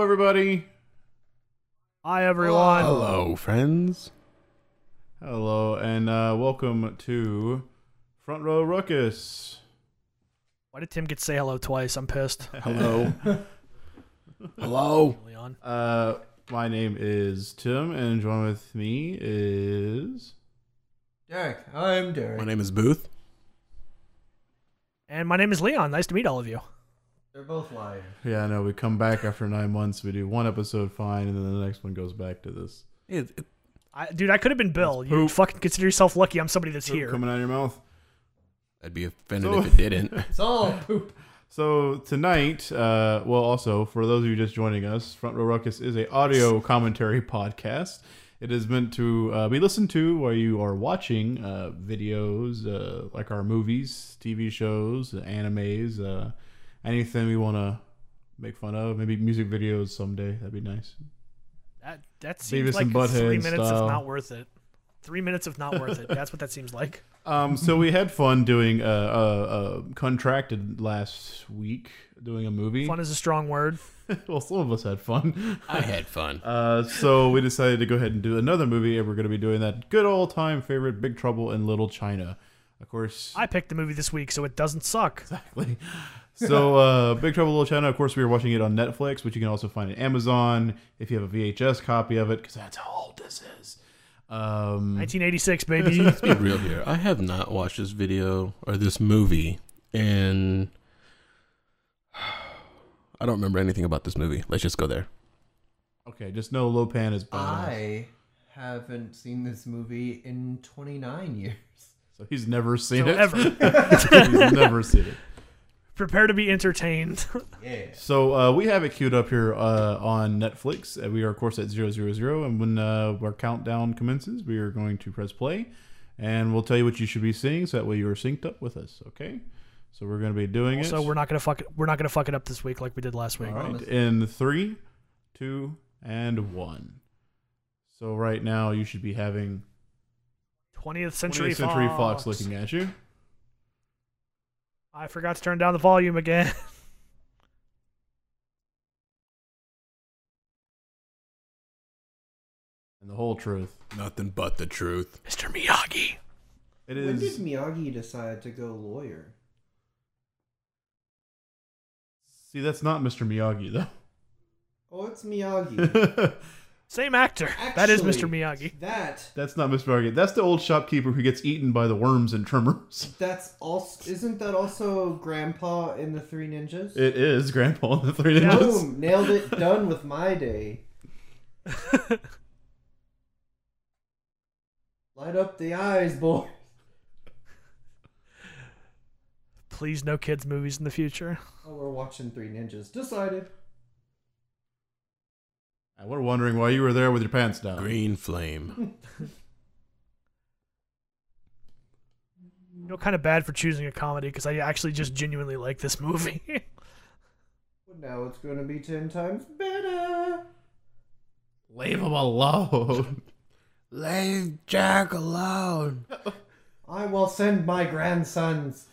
everybody. Hi, everyone. Hello, friends. Hello, and uh, welcome to Front Row Ruckus. Why did Tim get to say hello twice? I'm pissed. Hello. Hello. Early on. Uh, my name is Tim, and join with me is. Derek, I'm Derek. My name is Booth. And my name is Leon. Nice to meet all of you. They're both lying. Yeah, I know. We come back after nine months. We do one episode fine, and then the next one goes back to this. It, it, I, dude, I could have been Bill. You poop. fucking consider yourself lucky I'm somebody that's here. Coming out of your mouth. I'd be offended So- if it didn't. It's all poop. So tonight, uh, well, also for those of you just joining us, Front Row Ruckus is a audio commentary podcast. It is meant to uh, be listened to while you are watching uh, videos uh, like our movies, TV shows, animes, uh, anything we want to make fun of. Maybe music videos someday. That'd be nice. That, that seems Beavis and like three Butthead minutes style. of not worth it. Three minutes of not worth it. That's what that seems like. Um, so we had fun doing uh, uh, uh, contracted last week doing a movie. Fun is a strong word. well, some of us had fun. I had fun. Uh, so we decided to go ahead and do another movie, and we're going to be doing that good old time favorite, Big Trouble in Little China. Of course, I picked the movie this week, so it doesn't suck. exactly. So, uh, Big Trouble in Little China. Of course, we were watching it on Netflix, which you can also find at Amazon if you have a VHS copy of it, because that's how old this is. Um, 1986, baby. Let's be real here. I have not watched this video or this movie and I don't remember anything about this movie. Let's just go there. okay, just know Lopan is badass, I haven't seen this movie in 29 years. so he's never seen So it. ever. he's never seen it. Prepare to be entertained. Yeah. So uh, we have it queued up here uh, on Netflix. and We are, of course, at 000. And when uh, our countdown commences, we are going to press play. And we'll tell you what you should be seeing so that way you are synced up with us, okay? So we're going to be doing so it. we're not gonna fuck it. We're not gonna fuck it up this week like we did last week. All right. In three, two, and one. So right now you should be having 20th 20th century, Century Fox looking at you. I forgot to turn down the volume again. And the whole truth. Nothing but the truth. Mr. Miyagi. It When did is Miyagi decide to go lawyer? See, that's not Mr. Miyagi Oh, it's Miyagi. though. Same actor. that is Mr. Actually, Miyagi. That That's not Mr. Market. That's the old shopkeeper who gets eaten by the worms and tremors. that's also isn't that also Grandpa in the Three Ninjas? It is Grandpa in the Three Yeah. Ninjas. Boom! Nailed it. Done with my day. Light up the eyes, boy. Please, no kids' movies in the future. Oh, we're watching Three Ninjas. Decided. And we're wondering why you were there with your pants down. Green flame. You know, kind of bad for choosing a comedy because I actually just genuinely like this movie. Well, now it's going to be ten times better. Leave him alone. Leave Jack alone. I will send my grandsons.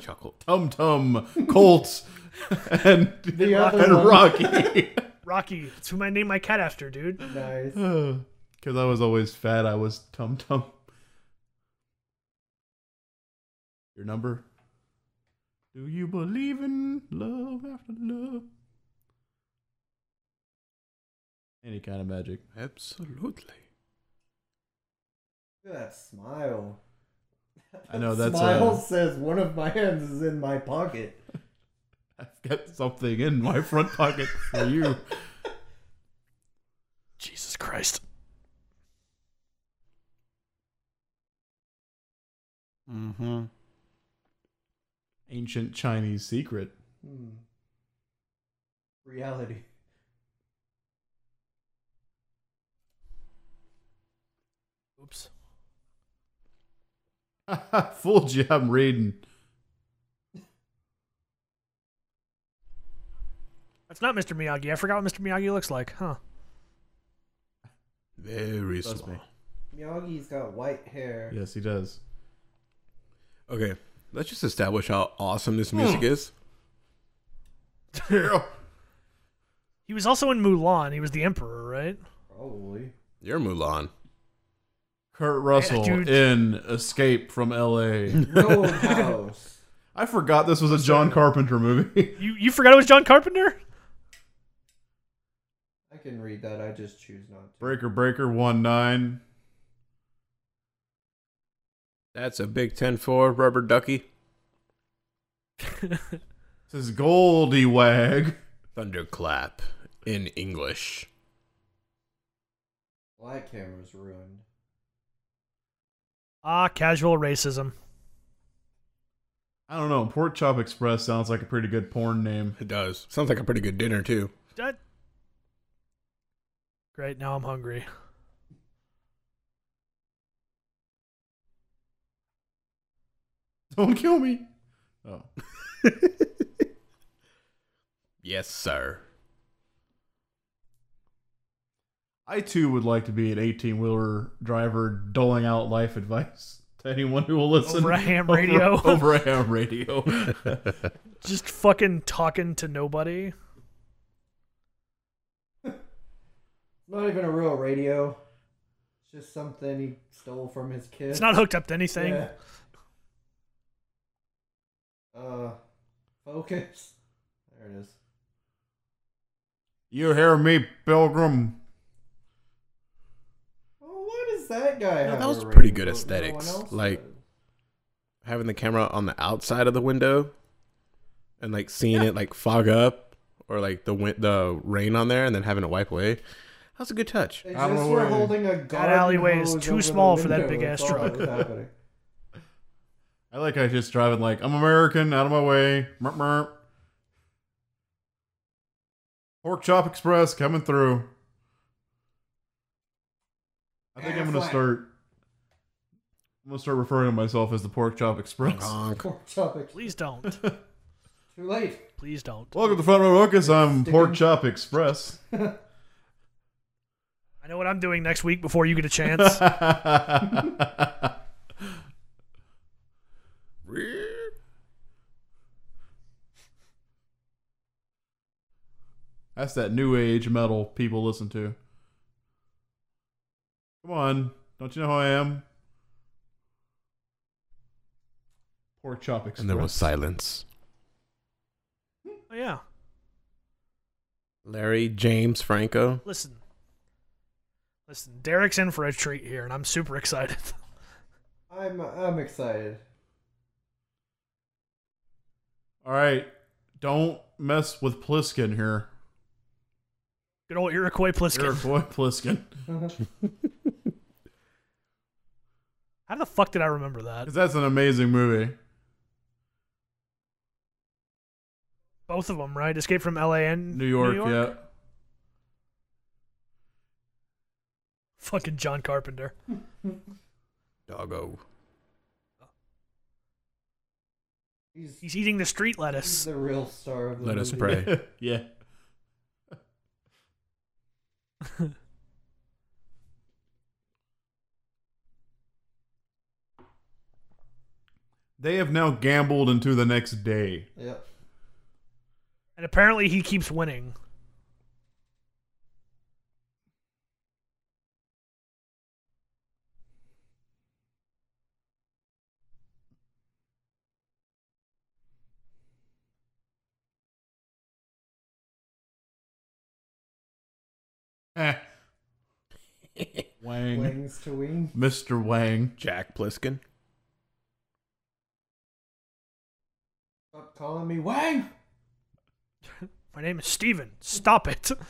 Chuckle. Tum Tum, Colt, and, The other and one. Rocky. Rocky. It's who I named my cat after, dude. Nice. Hmm. Because I was always fat, I was Tum Tum. Your number? Do you believe in love after love? Any kind of magic. Absolutely. Look at that smile. I know, that's, smile uh, says one of my hands is in my pocket. I've got something in my front pocket for you. Jesus Christ. Mm-hmm. Ancient Chinese secret. Hmm. Reality. Oops. Fooled you, I'm reading. That's not Mr. Miyagi. I forgot what Mr. Miyagi looks like, huh? Very Trust small. me. Miyagi's got white hair. Yes, he does. Okay. Let's just Hmm. establish how awesome this music is. Yeah. He was also in Mulan. He was the emperor, right? Probably. You're Mulan. Kurt Russell dude. in Escape from L.A. Roadhouse. I forgot this was a John Carpenter movie. You you forgot it was John Carpenter? I can read that. I just choose not to. Breaker Breaker one nine. That's a big 10 4 rubber ducky. This is Goldie Wag. Thunderclap in English. Well, that camera's ruined. ah, casual racism. I don't know. Pork Chop Express sounds like a pretty good porn name. It does. Sounds like a pretty good dinner, too. That- Great. Now I'm hungry. Don't kill me. Oh, Yes, sir. I too would like to be an eighteen wheeler driver doling out life advice to anyone who will listen Over a ham Over- radio. Over, a ham radio. Just fucking talking to nobody. Not even a real radio. It's just something he stole from his kid. It's not hooked up to anything. Yeah. Uh, focus. There it is. you hear me, Pilgrim? Oh, what is that guy? No, have that was a pretty radio good for? No aesthetics. one else Like- does. Having the camera on the outside of the window and like seeing it like fog up or like the win- the rain on there and then having it wipe away. That's a good touch. they I don't just know were where- holding a garden alleyway is hose too over the small for that window. big That's ass all that truck. was happening. I like how he's just driving like I'm American, out of my way. Merp, merp. Pork Chop Express coming through. I think I'm gonna Affleck. start. I'm gonna start referring to myself as the Pork Chop Express. Honk. Pork chop ex- Please don't. Too late. Please don't. Welcome to Front Row Ruckus. I'm Sticking- Pork Chop Express. I know what I'm doing next week before you get a chance. That's that new age metal people listen to. Come on, don't you know who I am? Pork Chop Express. And there was silence. oh, yeah. Larry James Franco. Listen. Listen, Derek's in for a treat here, and I'm super excited. I'm I'm excited. All right, don't mess with Pliskin here. Good old Iroquois Pliskin. Iroquois Pliskin. How the fuck did I remember that? 'Cause that's an amazing movie. Both of them, right? Escape from L.A. and New York, yeah. Fucking John Carpenter. Doggo. He's, He's eating the street he's lettuce. the real star of the Let us movie. pray. yeah. they have now gambled into the next day. Yep. And apparently he keeps winning. Eh. Wang. Wings to wing. Mr. Wang. Jack Pliskin. Stop calling me Wang. My name is Steven. Stop it.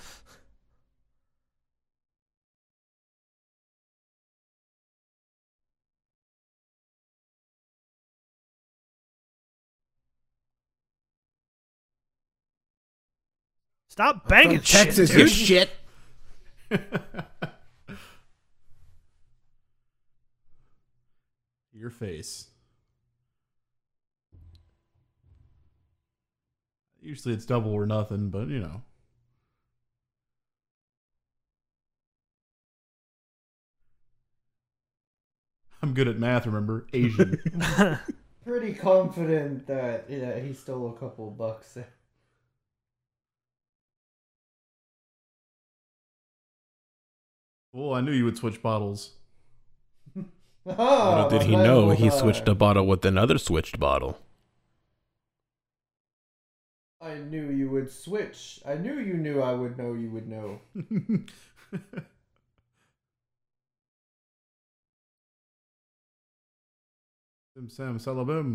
Stop banging shit. dude. shit. Your face. Usually it's double or nothing, but you know. I'm good at math, remember? Asian. Pretty confident that yeah, he stole a couple bucks. Well, I knew you would switch bottles. Oh, Little did he my know level he nine. switched a bottle with another switched bottle. I knew you would switch. I knew you knew I would know you would know. Sim Sam Salabim.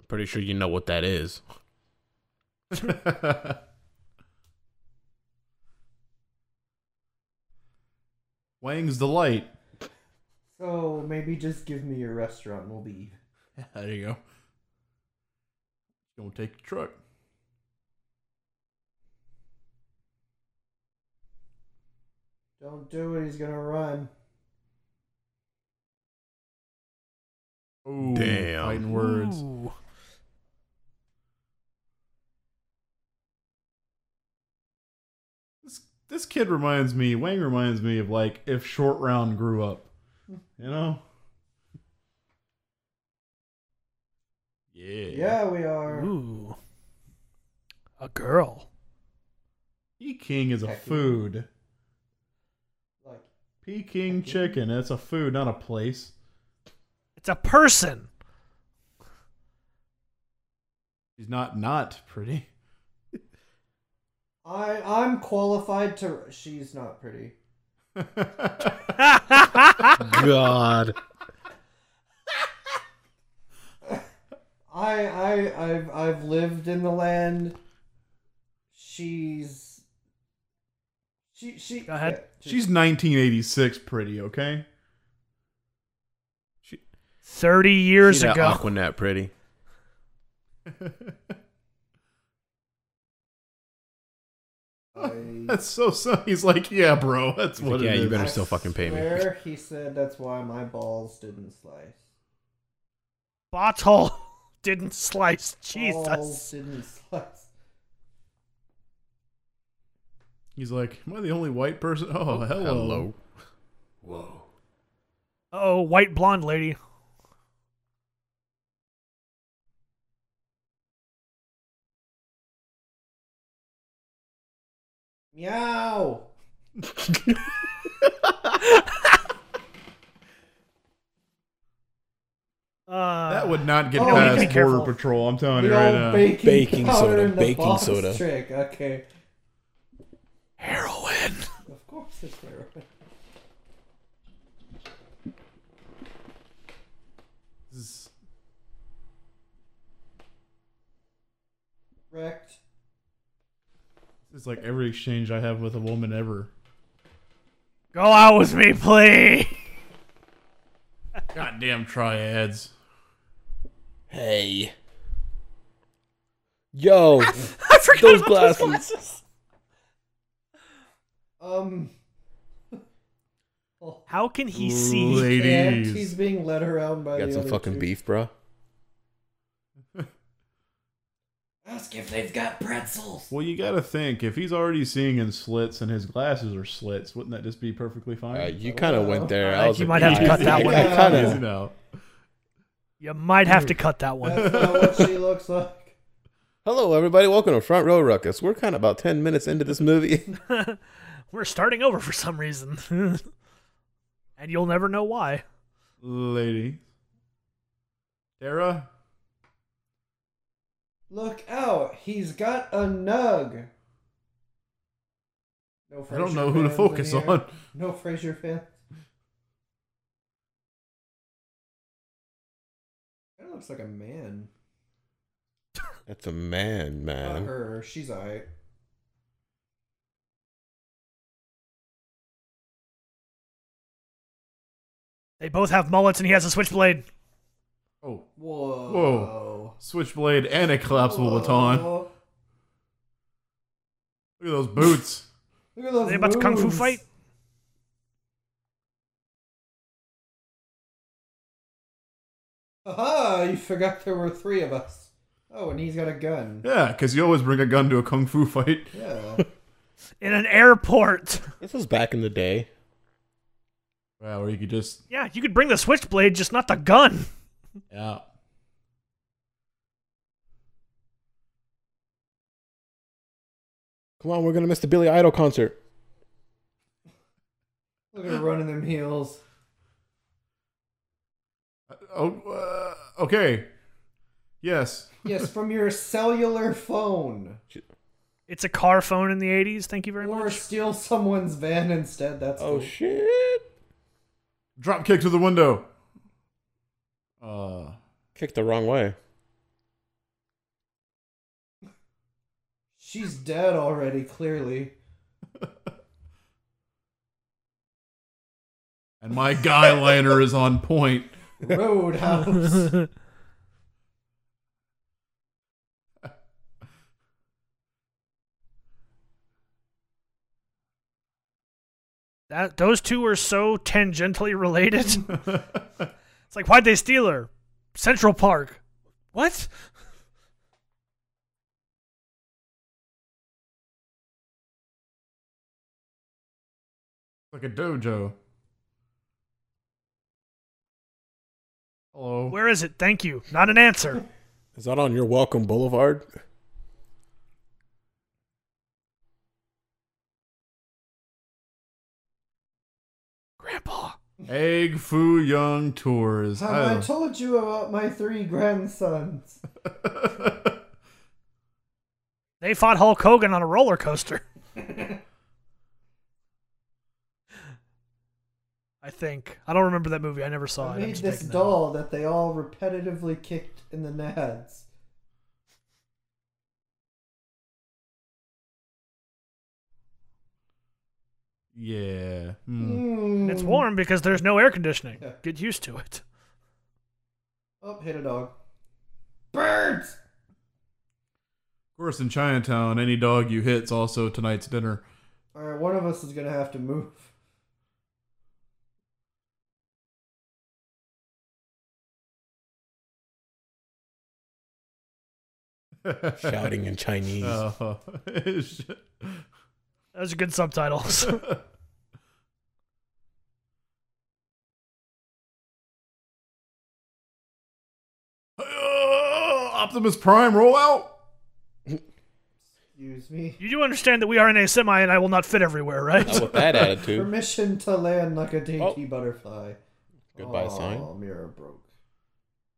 I'm pretty sure you know what that is. Wang's Delight. So maybe just give me your restaurant and we'll leave. There you go. Don't take the truck. Don't do it, he's gonna run. Oh, Damn. Fighting words. Ooh. This, this kid reminds me, Wang reminds me of like if Short Round grew up. You know? Yeah. Yeah, we are. Ooh. A girl. Peking is a Peking. food. Like Peking Peking. chicken. That's a food, not a place. It's a person. She's not not pretty. I I'm qualified to she's not pretty. God. I I I've I've lived in the land. She's she she Go ahead. yeah, she- She's 1986 pretty, okay? 30 years She that ago. Aquanet pretty. I That's so so. He's like, yeah, bro. That's He's what. like, yeah, it you is." better still fucking pay me. swear he said that's why my balls didn't slice. Bottle didn't slice. Jesus. Balls didn't slice. He's like, am I the only white person? Oh, hello. Whoa. Oh, white blonde lady. Meow. Uh, That would not get Oh, you past gotta Border be careful. Patrol. I'm telling The you right uh, old now. baking, Baking powder soda, and the baking balls soda. Trick. Okay. heroin. Of course it's there. This is- Wrecked. this is like every exchange I have with a woman ever. Go out with me, please. Goddamn triads. Hey. Yo. I forgot Those about those glasses. glasses. Um. oh, How can he see? And ladies. he's being led around by Got the some other fucking two. beef, bro. Ask if they've got pretzels. Well, you gotta think if he's already seeing in slits and his glasses are slits, wouldn't that just be perfectly fine? Uh, you kind of went there. I I, think was you like, might have to yeah, cut that I- one I out. kind Easy of. now. You might have to cut that one. That's not what she looks like. Hello, everybody. Welcome to Front Row Ruckus. We're kind of about ten minutes into this movie. We're starting over for some reason. and you'll never know why. Lady. Tara. Look out! He's got a nug. No I don't Frasier know who to fans in focus here. on. No Frasier fan. That looks like a man. That's a man, Not man. her. She's alright. They both have mullets and he has a switchblade. Oh, Whoa. switchblade and a collapsible Whoa. baton. Look at those boots. Look at those. Are they about to kung fu moves. fight? Aha! You forgot there were three of us. Oh, and he's got a gun. yeah, because you always bring a gun to a kung fu fight. Yeah. In an airport. This was back in the day. Wow, or you could just Yeah, you could bring the switchblade, just not the gun. yeah. Come on, we're gonna miss the Billy Idol concert. Look at her running them heels. Oh, uh, okay. Yes. Yes, from your cellular phone. It's a car phone in the 80s. Thank you very Or much. steal someone's van instead. That's Oh cool. shit! Drop kick to the window. Uh, Kicked the wrong way. She's dead already, clearly. and my guy liner is on point. Roadhouse. that those two are so tangentially related. it's like why'd they steal her? Central Park. What? Like a dojo. Hello. Where is it? Thank you. Not an answer. Is that on your welcome boulevard? Grandpa. Egg Foo Young Tours. Have I I told you about my three grandsons? don't- They fought Hulk Hogan on a roller coaster. I think. I don't remember that movie. I never saw it. I I'm made just this making that up. doll that they all repetitively kicked in the nads. yeah. Hmm. And It's warm because there's no air conditioning. Yeah. Get used to it. Oh, hit a dog. Birds! Of course, in Chinatown, any dog you hit's also tonight's dinner. Alright, one of us is gonna have to move. Shouting in Chinese. Oh. Those are good subtitles. Optimus Prime rollout. Excuse me. you do understand that we are in a semi and I will not fit everywhere, right? Not with that attitude. Permission to land like a dainty Oh. butterfly. Goodbye Aw, sign. mirror broke.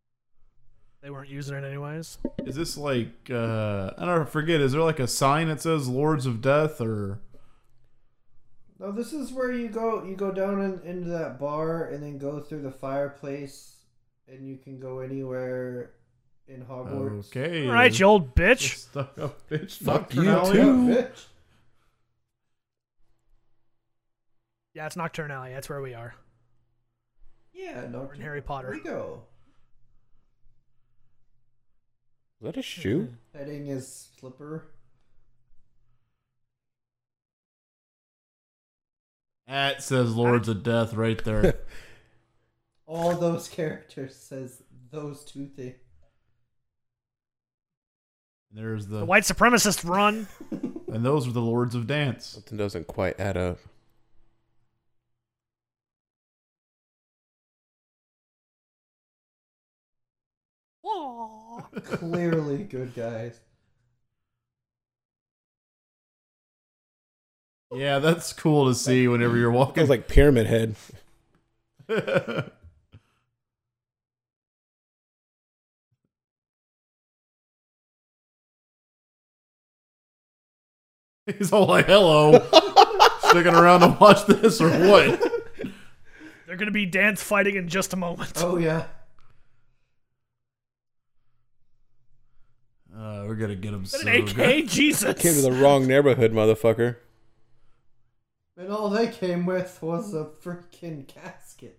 they weren't using it anyways. Is this like uh I don't know, forget, is there like a sign that says Lords of Death or No, this is where you go. You go down in, into that bar and then go through the fireplace, and you can go anywhere in Hogwarts. Okay. All right, you old bitch. Stuck up bitch. Fuck you Nocturnalia. too. Bitch. Yeah, it's Nocturne Alley. That's where we are. Yeah, We're in Harry Potter. We go. Is that a shoe? Petting his slipper. That says Lords of Death right there. All those characters says those two things. There's the, The white supremacist run. and those are the Lords of Dance. Something doesn't quite add up. Whoa. Clearly good guys. Yeah, that's cool to see whenever you're walking. Sounds like Pyramid Head. He's all like, "Hello, sticking around to watch this or what?" They're going to be dance fighting in just a moment. Oh yeah. Uh, we're gonna get him Is that so an AK? good. Jesus. Came to the wrong neighborhood, motherfucker. And all they came with was a freaking casket.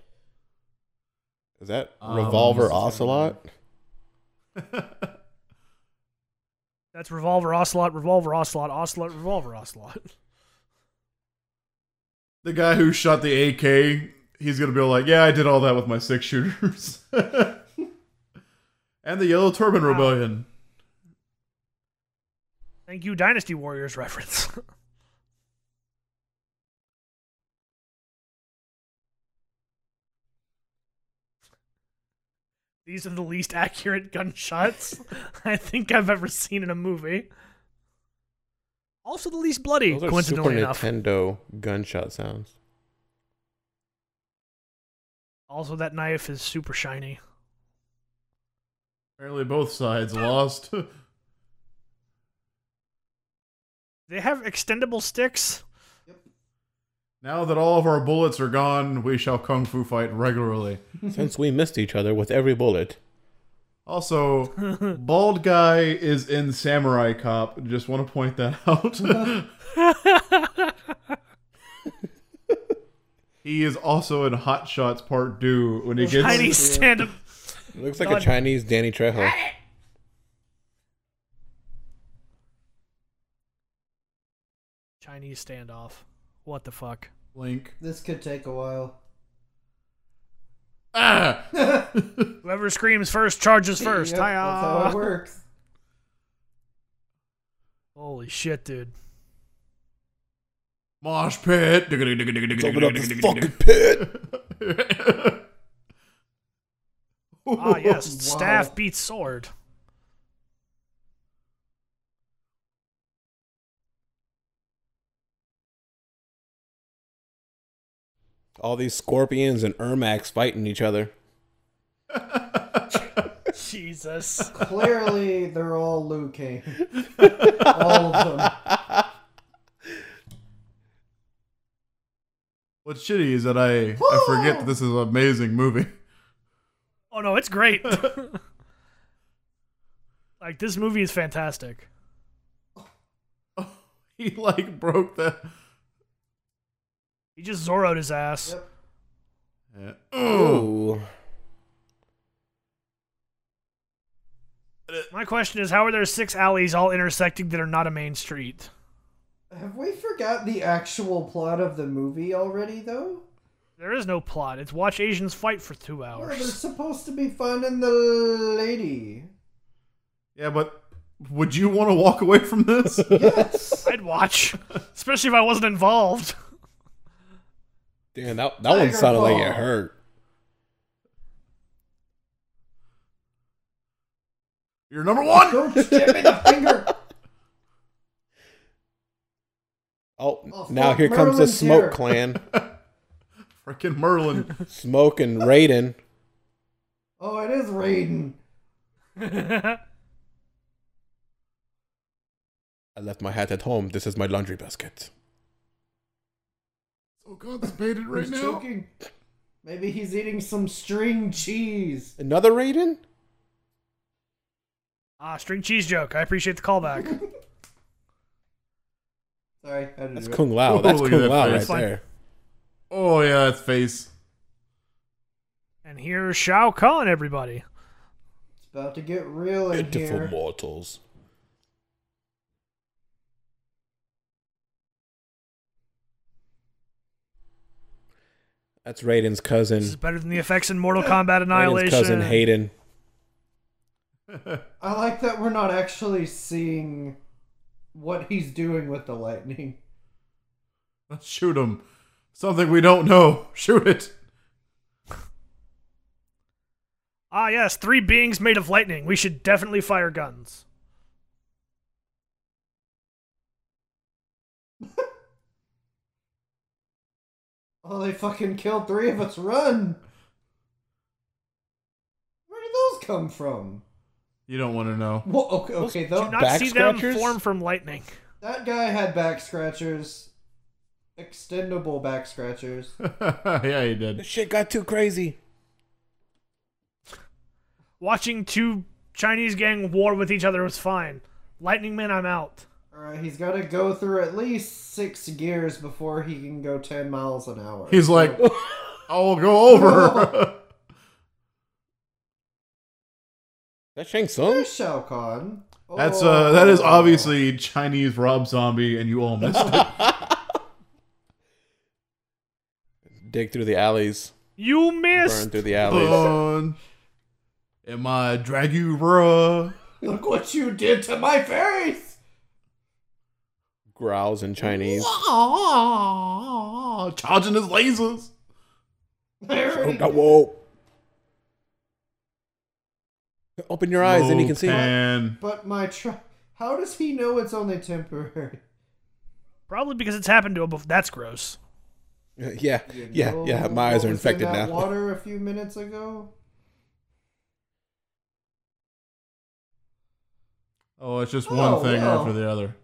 Is that Um, Revolver this is Ocelot? That's Revolver Ocelot, Revolver Ocelot, Ocelot, Revolver Ocelot. The guy who shot the AK, he's gonna be like, "Yeah, I did all that with my six shooters." and the Yellow Turban Wow. Rebellion. Thank you, Dynasty Warriors reference. These are the least accurate gunshots I think I've ever seen in a movie. Also, the least bloody, Those are Super coincidentally enough. Nintendo gunshot sounds. Also, that knife is super shiny. Apparently, both sides lost. They have extendable sticks. now that all of our bullets are gone, we shall kung fu fight regularly. Since we missed each other with every bullet. Also, bald guy is in Samurai Cop. Just want to point that out. he is also in Hot Shots Part 2 when he gets Tiny stand up. Looks like God. a Chinese Danny Trejo. Chinese standoff. What the fuck? Link. This could take a while. Ah! Whoever screams first charges first. Yep, that's how Hi-yah. it works. Holy shit, dude. Mosh pit. Open up this fucking pit. Ah, yes. Wow. Staff beats sword. All these scorpions and Ermacs fighting each other. Jesus. Clearly, they're all Liu Kang. all of them. What's shitty is that I, I forget that this is an amazing movie. Oh, no, it's great. like, this movie is fantastic. He like broke the. He just Zoro'd his ass. Yep. Yeah. Ooh. My question is how are there six alleys all intersecting that are not a main street? Have we forgot the actual plot of the movie already, though? There is no plot. It's watch Asians fight for two Well, they're hours. supposed to be finding the lady. Yeah, but would you want to walk away from this? Yes. I'd watch, especially if I wasn't involved. Damn, that, that one Tiger sounded like Claw. it hurt. You're number one. Don't stab me in the finger. Oh, Oh, now fuck, here comes the Merlin's Smoke here. Clan. Freaking Merlin. Smoke and Raiden. Oh, it is Raiden. I left my hat at home. This is my laundry basket. Oh God, this baited right He's now. choking. Maybe he's eating some string cheese. Another Raiden? ah, string cheese joke. I appreciate the callback. Sorry, I didn't That's do it. Kung Lao. That's Ooh, look Kung at that Lao face. right It's fine. there. Oh yeah, that's face. and here's Shao Kahn, everybody. It's about to get real in Beautiful here. mortals. That's Raiden's cousin. This is better than the effects in Mortal Kombat Raiden's Annihilation. cousin Hayden. I like that we're not actually seeing what he's doing with the lightning. Let's shoot him. Something we don't know. Shoot it. Ah, yes, three beings made of lightning. We should definitely fire guns. Oh, they fucking killed three of us. Run! Where did those come from? You don't want to know. Whoa, okay, okay Do tho- not back see them scratchers? form from lightning. that guy had back scratchers. Extendable back scratchers. yeah, he did. This shit got too crazy. Watching two Chinese gang war with each other was fine. Lightning Man, I'm out. Alright, he's gotta go through at least six gears before he can go 10 miles an hour. He's like, I'll go over. That Shang Tsung? There's Shao Kahn. That's Oh. uh, that is obviously Chinese Rob Zombie, and you all missed it. Dig through the alleys. You Burn missed. through the Oh. alleys. Burn. Am I Dragura? Look what you did to my face! Growls in Chinese. Ah, charging his lasers. I already Oh, whoa. Open your eyes and you can see. Pan. But my tr- how does he know it's only temporary? Probably because it's happened to him. Before. That's gross. Yeah, You yeah, know yeah. My eyes what are was in infected that now. Water a few minutes ago. Oh, it's just one Oh, thing well. after the other.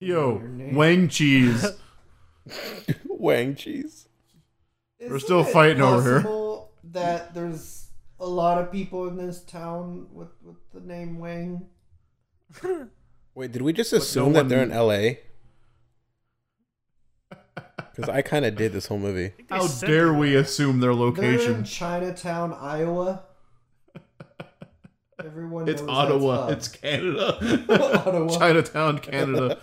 Yo, Your name- Wang cheese. Wang cheese. We're still fighting over here. possible That there's a lot of people in this town with, with the name Wang. Wait, did we just no assume that they're one- in L.A.? Because I kind of did this whole movie. I think they How sent dare him- we assume their They're in location? Chinatown, Iowa. Everyone It's knows that's Ottawa. up. It's Canada. Ottawa. Chinatown, Canada.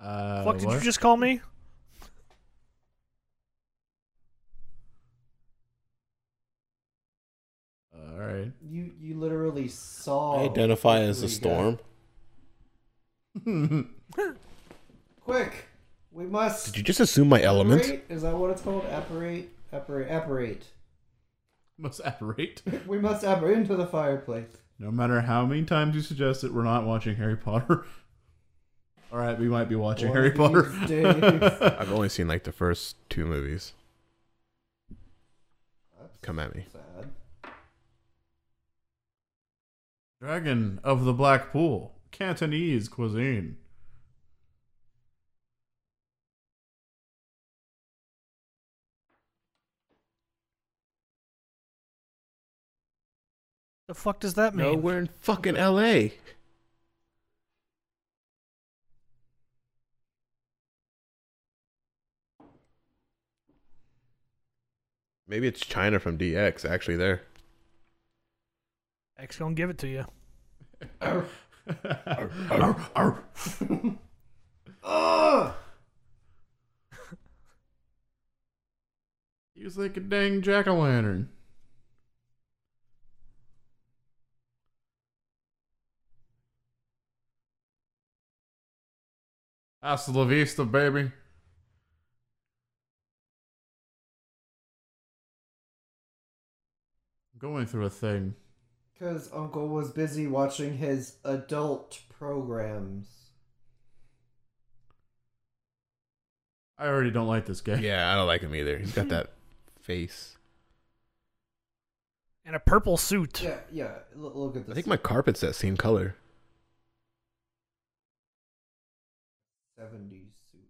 Uh, Fuck! Did you what? just call me? All right. you. You literally saw. I identify what as we a got. storm. Quick, we must. Did you just assume my element? apparate? Is that what it's called? Apparate, apparate, apparate. Must apparate. We must apparate into the fireplace. No matter how many times you suggest it, we're not watching Harry Potter. All right, we might be watching One Harry of Potter. these days. I've only seen like the first two movies. Come at me. Sad. Dragon of the Black Pool, Cantonese cuisine. The fuck does that mean? No, we're in fucking L.A. Maybe it's China from DX actually there. X gonna give it to you. Arr, arr. Ugh! He was like a dang jack o' lantern. Hasta la vista, baby. Going through a thing. Because Uncle was busy watching his adult programs. I already don't like this guy. Yeah, I don't like him either. He's got that face. And a purple suit. Yeah, yeah. Look, look at this. I think my carpet's that same color. seventies suit.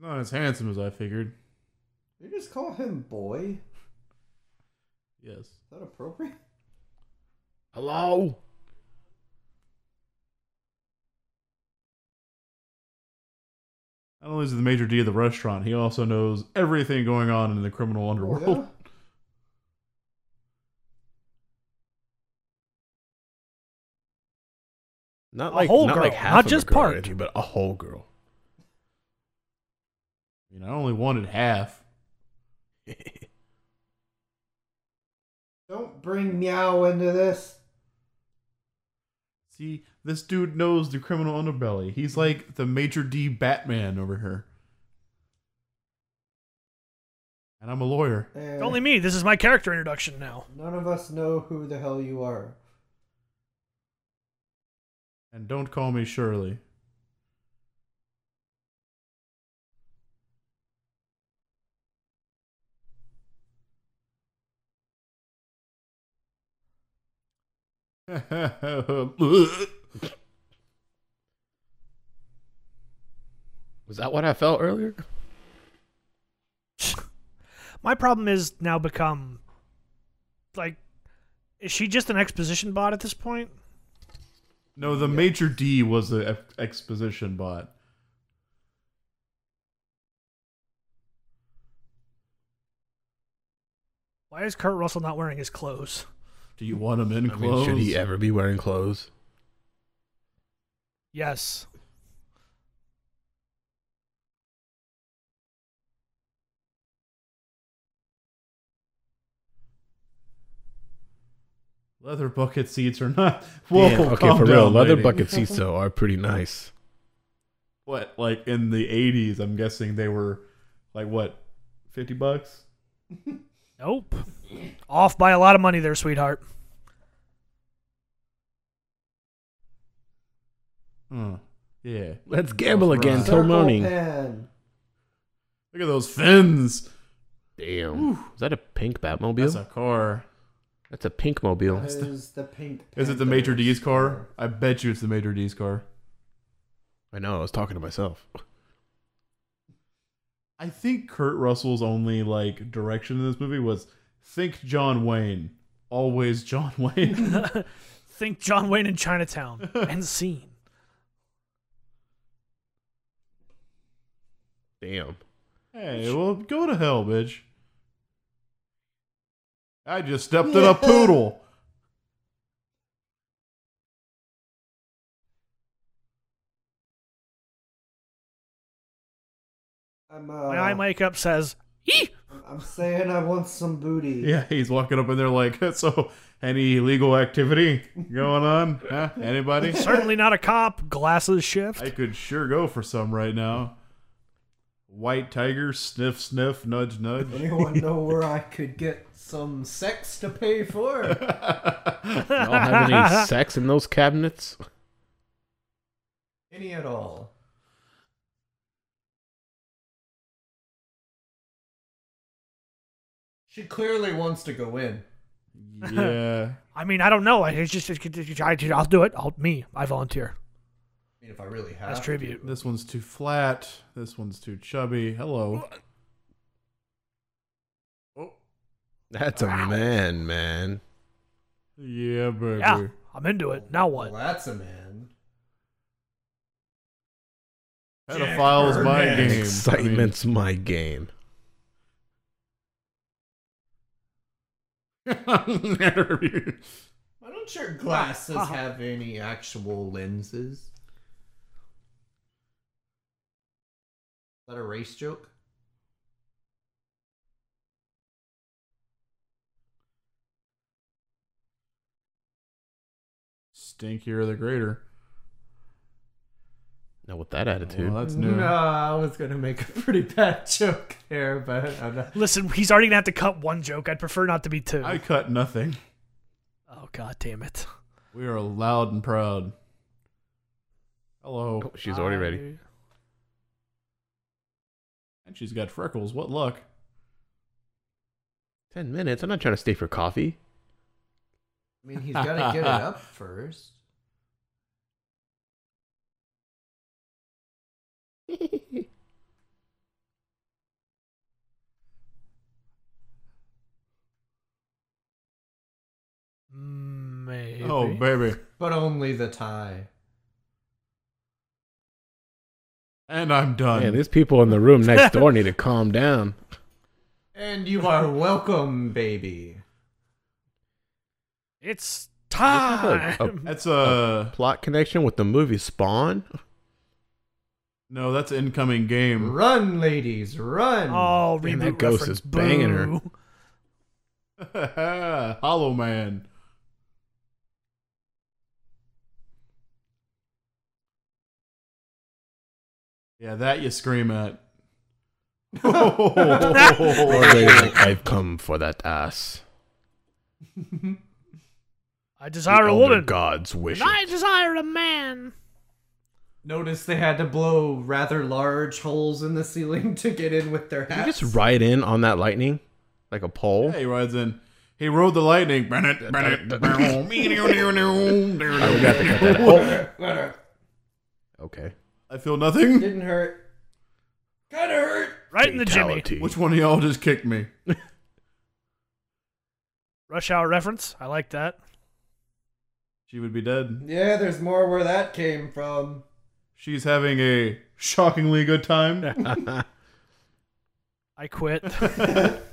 Not as handsome as I figured. Did you just call him boy? Is Yes. that appropriate? Hello. Not only is he the major D of the restaurant, he also knows everything going on in the criminal Oh, underworld. yeah. Not A like whole not girl, like half not of just a girl or part. anything, but a whole girl. You know, I only wanted half. Don't bring meow into this. See, this dude knows the criminal underbelly. He's like the major D Batman over here. And I'm a lawyer. Eh, Only me. This is my character introduction now. None of us know who the hell you are. And don't call me Shirley. Was that what I felt earlier? My problem is now become like is she just an exposition bot at this point? No, the major D was the ex- exposition bot. Why is Kurt Russell not wearing his clothes? Do you want him in I mean, clothes? should he ever be wearing clothes? Yes. Leather bucket seats are not. Whoa, okay, calm for real. down, Leather lady. bucket seats though are pretty nice. What, like in the 80s, I'm guessing they were like what, 50 bucks? Nope. Off by a lot of money there, sweetheart. Huh. Yeah. Let's gamble That's again right. till Circle morning. pen. Look at those fins. Damn, is that a pink Batmobile? That's a car. That's a pink mobile. That is the pink. Is it the Panther's Major D's car? I bet you it's the Major D's car. I know. I was talking to myself. I think Kurt Russell's only like direction in this movie was think John Wayne, always John Wayne. Think John Wayne in Chinatown. End scene. Damn. hey, well, go to hell, bitch. I just stepped in a poodle. I'm, uh, Oh. My eye makeup says, "Ee." I'm saying I want some booty. Yeah, he's walking up in there like, so any illegal activity going on? Huh? Anybody? certainly not a cop. Glasses shift. I could sure go for some right now. White tiger, sniff, sniff, nudge, nudge. Anyone know where I could get some sex to pay for? it? Y'all have any sex in those cabinets? Any at all? She clearly wants to go in. yeah. I mean, I don't know. I it's just, I, I'll do it. I'll me. I volunteer I mean, if I really have. as to. tribute. This one's too flat. This one's too chubby. Hello. Oh, That's a man, man. yeah, baby. Yeah, I'm into it. Now Well, what? that's a man. Pedophile's my game. Jack Burnett. I mean, Excitement's my game. Why don't your glasses ha. have any actual lenses? Is that a race joke? Stinkier the greater. Now with that attitude, Well, that's new. No, I was gonna make a pretty bad joke there, but I'm not. Listen, he's already gonna have to cut one joke. I'd prefer not to be two. I cut nothing. Oh god damn it! We are loud and proud. Hello. Oh, she's already ready. And she's got freckles. What luck. Ten minutes. I'm not trying to stay for coffee. I mean, he's gotta get it up first. Maybe. Oh, baby. But only the tie. And I'm done. Man, these people in the room next door need to calm down. And you are welcome, baby. It's Yeah, time. a- that's uh Plot connection with the movie Spawn. no, that's incoming game. Run, ladies, run. oh, Man, reboot that ghost reference. is banging her. Boo. Hollow Man. Yeah, that you scream at. Or they like, I've come for that ass. I The desire a elder woman. God's wish. I desire a man. Notice they had to blow rather large holes in the ceiling to get in with their Did you hats. just ride in on that lightning like a pole? Hey, he rides in. He rode the lightning. Bennett, Bennett. I forgot to cut that out. Okay. I feel nothing. Didn't hurt. Kinda hurt. Right in the jimmy. Fatality. Which one of y'all just kicked me? Rush hour reference. I like that. She would be dead. Yeah, there's more where that came from. She's having a shockingly good time. I quit.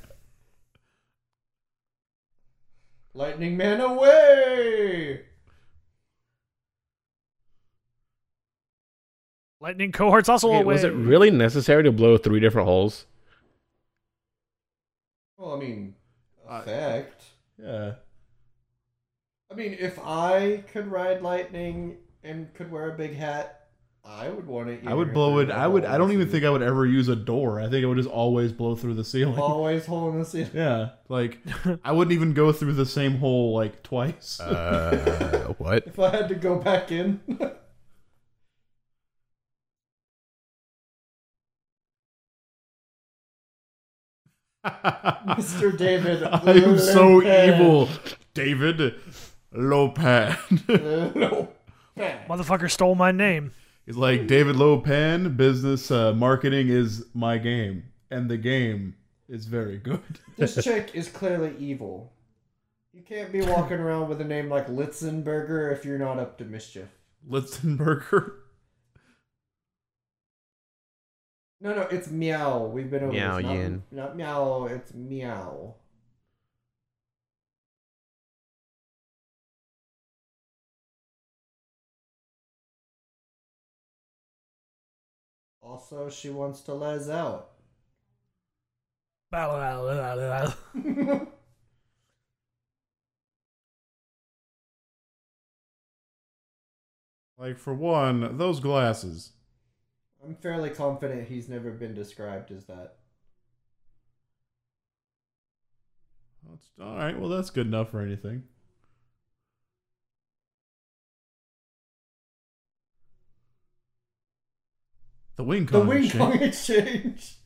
Lightning Man away! Lightning cohorts also Okay, away. was it really necessary to blow three different holes? Well, I mean, Uh, effect. Yeah. I mean, if I could ride lightning and could wear a big hat, I would want to. I would blow it. I would. I don't even think I would ever use a door. I think I would just always blow through the ceiling. Always hole in the ceiling. Yeah, like I wouldn't even go through the same hole like twice. Uh, what? If I had to go back in, Mr. David, I am so Lopez. evil, David Lopan. Lopez. Motherfucker stole my name. He's like David Lopan. Business uh, marketing is my game, and the game is very good. this chick is clearly evil. You can't be walking around with a name like Litzenberger if you're not up to mischief. Litzenberger. No, no, it's meow. We've been over this. Meow Not- Yin. Not meow. It's meow. Also, she wants to les out. Like for one, those glasses. I'm fairly confident he's never been described as that. That's, all right. Well, that's good enough for anything. The Wing Kong. the Wing exchange. Kong Exchange.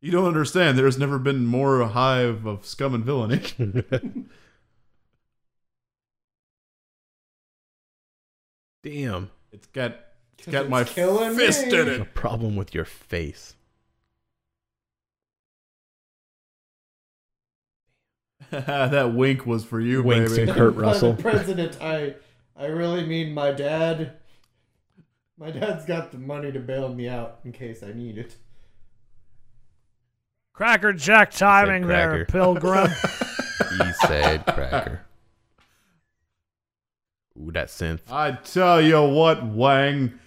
You don't understand. There's never been more hive of scum and villainy. Damn. It's got it's 'Cause got it's my killing fist me. in The it. problem with your face. that wink was for you, Winks baby. and Kurt By the Russell. president, I, I really mean my dad. My dad's got the money to bail me out in case I need it. Cracker Jack timing there, cracker. Pilgrim. He said cracker. Ooh, that synth. I tell you what, Wang.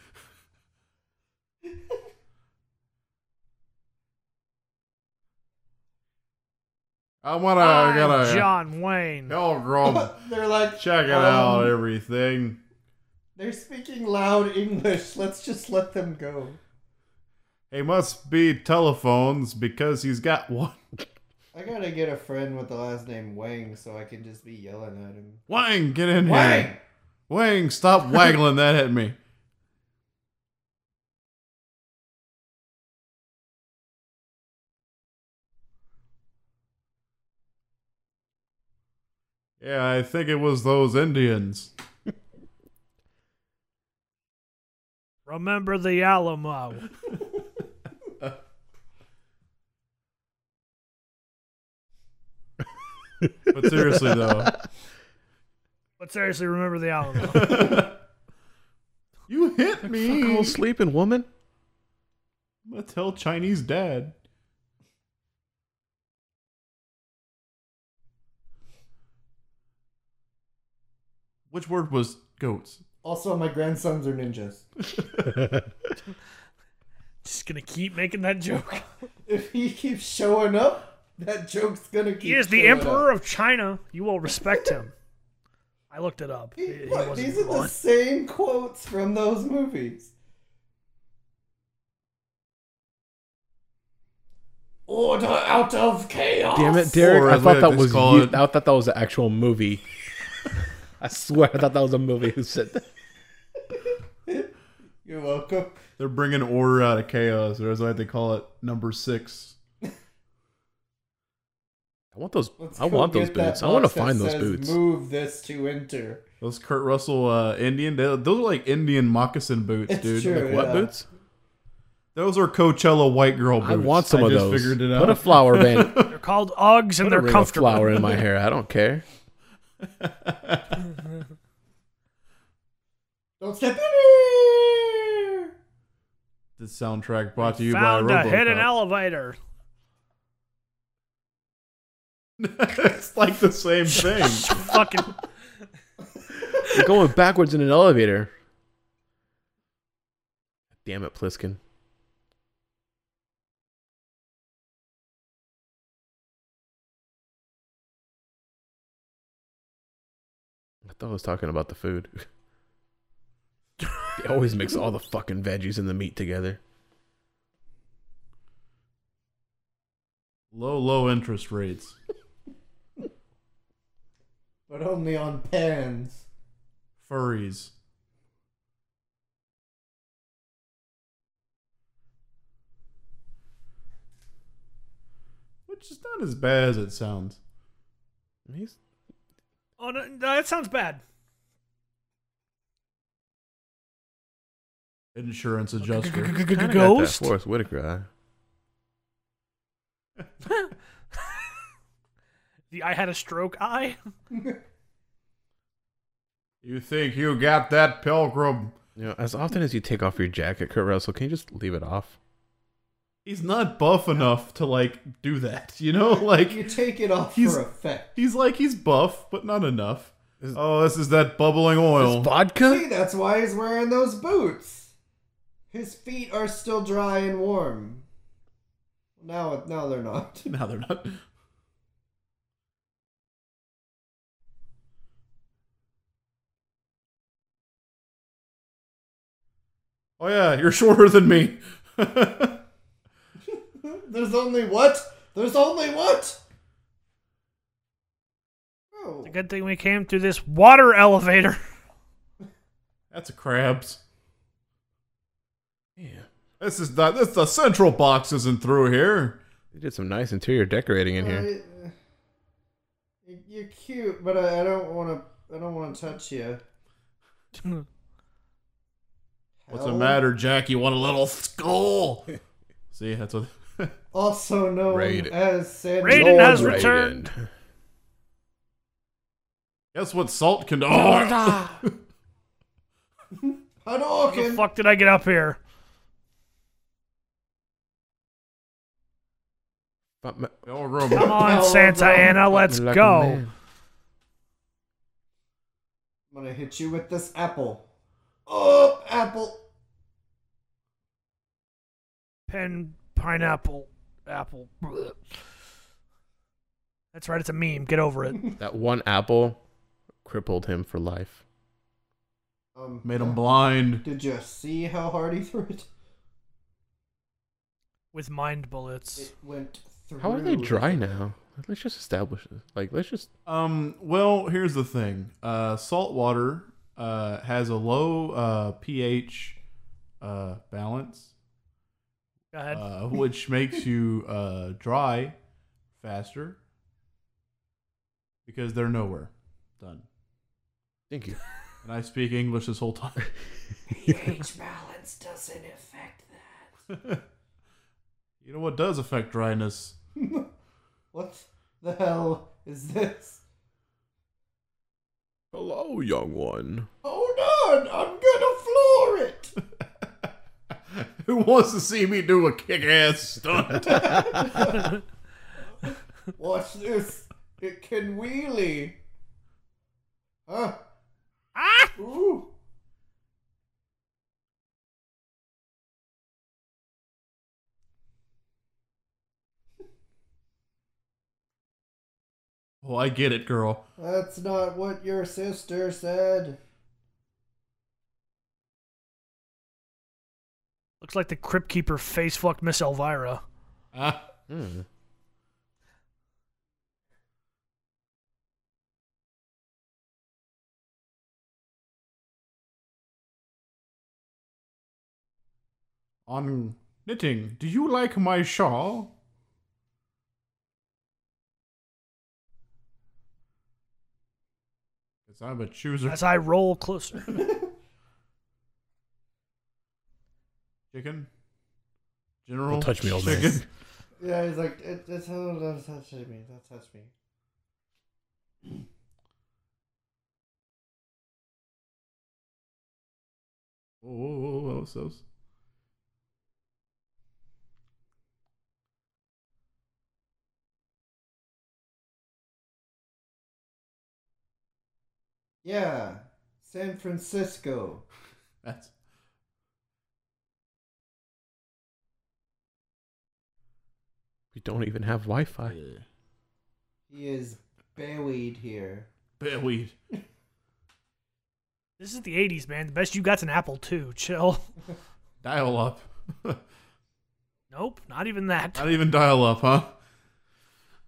I wanna Oh, I I'm gotta John Wayne. Pilgrim. They're like, Um, Check it um, out, everything. They're speaking loud English. Let's just let them go. He must be telephones because he's got one. I gotta get a friend with the last name Wang so I can just be yelling at him. Wang, get in Wang! here. Wang, stop waggling that at me. Yeah, I think it was those Indians. Remember the Alamo. But seriously, though. But seriously, remember the Alamo. you hit Fuck all me. sleeping, woman. I'm gonna tell Chinese dad. Which word was goats? Also, my grandsons are ninjas. Just gonna keep making that joke. If he keeps showing up, that joke's gonna keep He is the showing up. Emperor of China. You will respect him. I looked it up. He, he Look, wasn't these are the one. same quotes from those movies. Order out of chaos. Damn it, Derek! Or I as thought they that just was call you. it- I thought that was an actual movie. I swear, I thought that was a movie. Who said that? You're welcome. They're bringing order out of chaos, or as I like to call it, number six. I want those. Let's I go want those get that boots. I want to box that find those says, boots. Move this to enter. Those Kurt Russell uh, Indian, they- those are like Indian moccasin boots, It's dude. true. What Yeah. boots? Those are Coachella white girl boots. I want some of just those. Figured it out. Put a flower band. They're called Uggs and put a they're ring of comfortable. flower in my hair. I don't care. Don't step in here. This soundtrack brought to you Found by a hidden RoboCop. elevator. it's like the same thing. Fucking You're going backwards in an elevator. Damn it, Pliskin. thought I was talking about the food. they always mix all the fucking veggies and the meat together. Low, low interest rates. but only on pans. Furries. Which is not as bad as it sounds. He's Oh, no, no, that sounds bad. Insurance adjuster. Ghost? Forrest Whitaker. The I had a stroke eye? you think you got that pilgrim? You know, as often as you take off your jacket, Kurt Russell, can you just leave it off? He's not buff enough to like do that. You know, like You take it off He's- for effect. he's like he's buff, but not enough. Is- Oh, this is that bubbling oil. See, vodka? that's why he's wearing those boots. His feet are still dry and warm. Now, now they're not. No, they're not. Oh yeah, you're shorter than me. There's only what? There's only what? Oh, It's a good thing we came through this water elevator. That's a crabs. Yeah. This is not. This the central box isn't through here. They did some nice interior decorating Uh, in here. I- you're cute, but I, I don't want to. I don't want to touch you. What's Hell. the matter, Jack? You want a little skull? See, that's what. Also known Raiden. as San Raiden Diego. has returned. Raiden. Guess what salt can do? Oh, How the Hadouken. fuck did I get up here? But my- no room. Come on, Oh, Santa no. Ana, let's Lucky go. man. I'm gonna hit you with this apple. Oh, apple. Pen, pineapple, apple. That's right, it's a meme. Get over it. That one apple crippled him for life. Um, Made him blind. Did you see how hard he threw it? With mind bullets. It went through. How are they dry now? Let's just establish this. Like, let's just. Um. Well, here's the thing. Uh, salt water uh, has a low uh, pH uh, balance, Go ahead. uh, which makes you uh, dry faster because they're nowhere. Done. Thank you. And I speak English this whole time. pH balance doesn't affect that. you know what does affect dryness? What the hell is this? Hello, young one. Hold on, I'm gonna floor it. Who wants to see me do a kick ass stunt? Watch this. It can wheelie. Huh? ah! Ooh. Oh, well, I get it, girl. That's not what your sister said. Looks like the Crypt Keeper face fucked Miss Elvira. Ah, Hmm. on knitting. Do you like my shawl? Because I'm a chooser. As I roll closer. Chicken? General? Don't touch me, old man. Chicken? Yeah, he's like, it, it's oh, don't touch me, don't touch me. Oh, oh, oh, oh, so. Yeah, San Francisco. That's. We don't even have Wi Fi. Yeah. He is buried here. Bad weed. This is the 80s, man. The best you got's an Apple II. Chill. Dial up. Nope, not even that. Not even dial up, huh?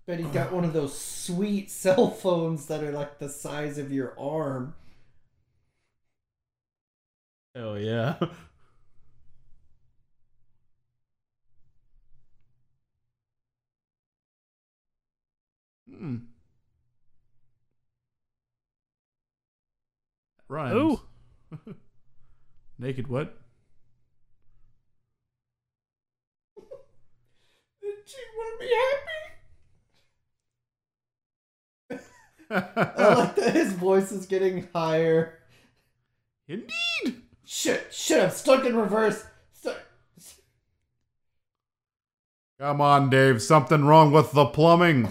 Bet he got one of those sweet cell phones that are like the size of your arm. Hell yeah. Hmm. Rhymes. Ooh. Naked what? Did she want to be happy? I like that his voice is getting higher. Indeed. Shit, shit, I'm stuck in reverse. Stuck. Come on, Dave. Something wrong with the plumbing.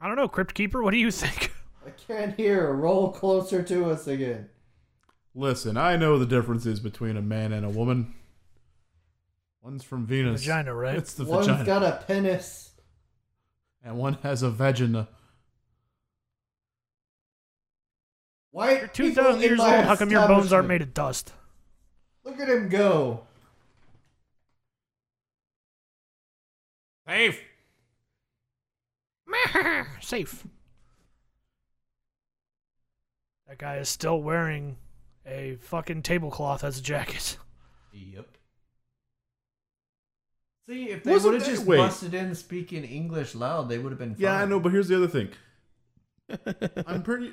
I don't know, Crypt Keeper, what do you think? I can't hear. Roll closer to us again. Listen, I know the differences between a man and a woman. One's from Venus. Vagina, right? It's the One's vagina. got a penis. and one has a vagina. White You're 2,000 people in years my old. How come your bones aren't establishment. made of dust? Look at him go. Dave. Safe. That guy is still wearing a fucking tablecloth as a jacket. Yep. See, if they Wasn't would've that- just wait. busted in speaking English loud, they would have been Yeah, I know, but here's the other thing. I'm pretty.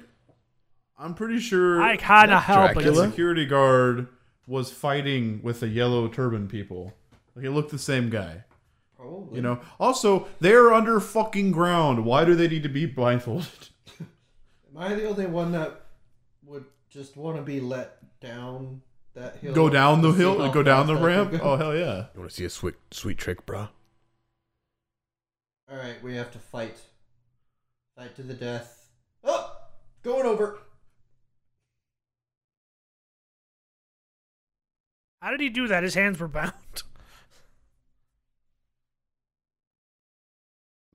I'm pretty sure. I kinda That's help the it. Dracula. security guard was fighting with the yellow turban people. He looked the same guy. Probably. You know. Also, they're under fucking ground. Why do they need to be blindfolded? Am I the only one that would just want to be let down that hill? Go down the to see hill. how Go down fast the I can ramp. go? Oh hell yeah. You want to see a sweet sweet trick, bro? All right, we have to fight. Fight to the death. Oh, going over. How did he do that? His hands were bound.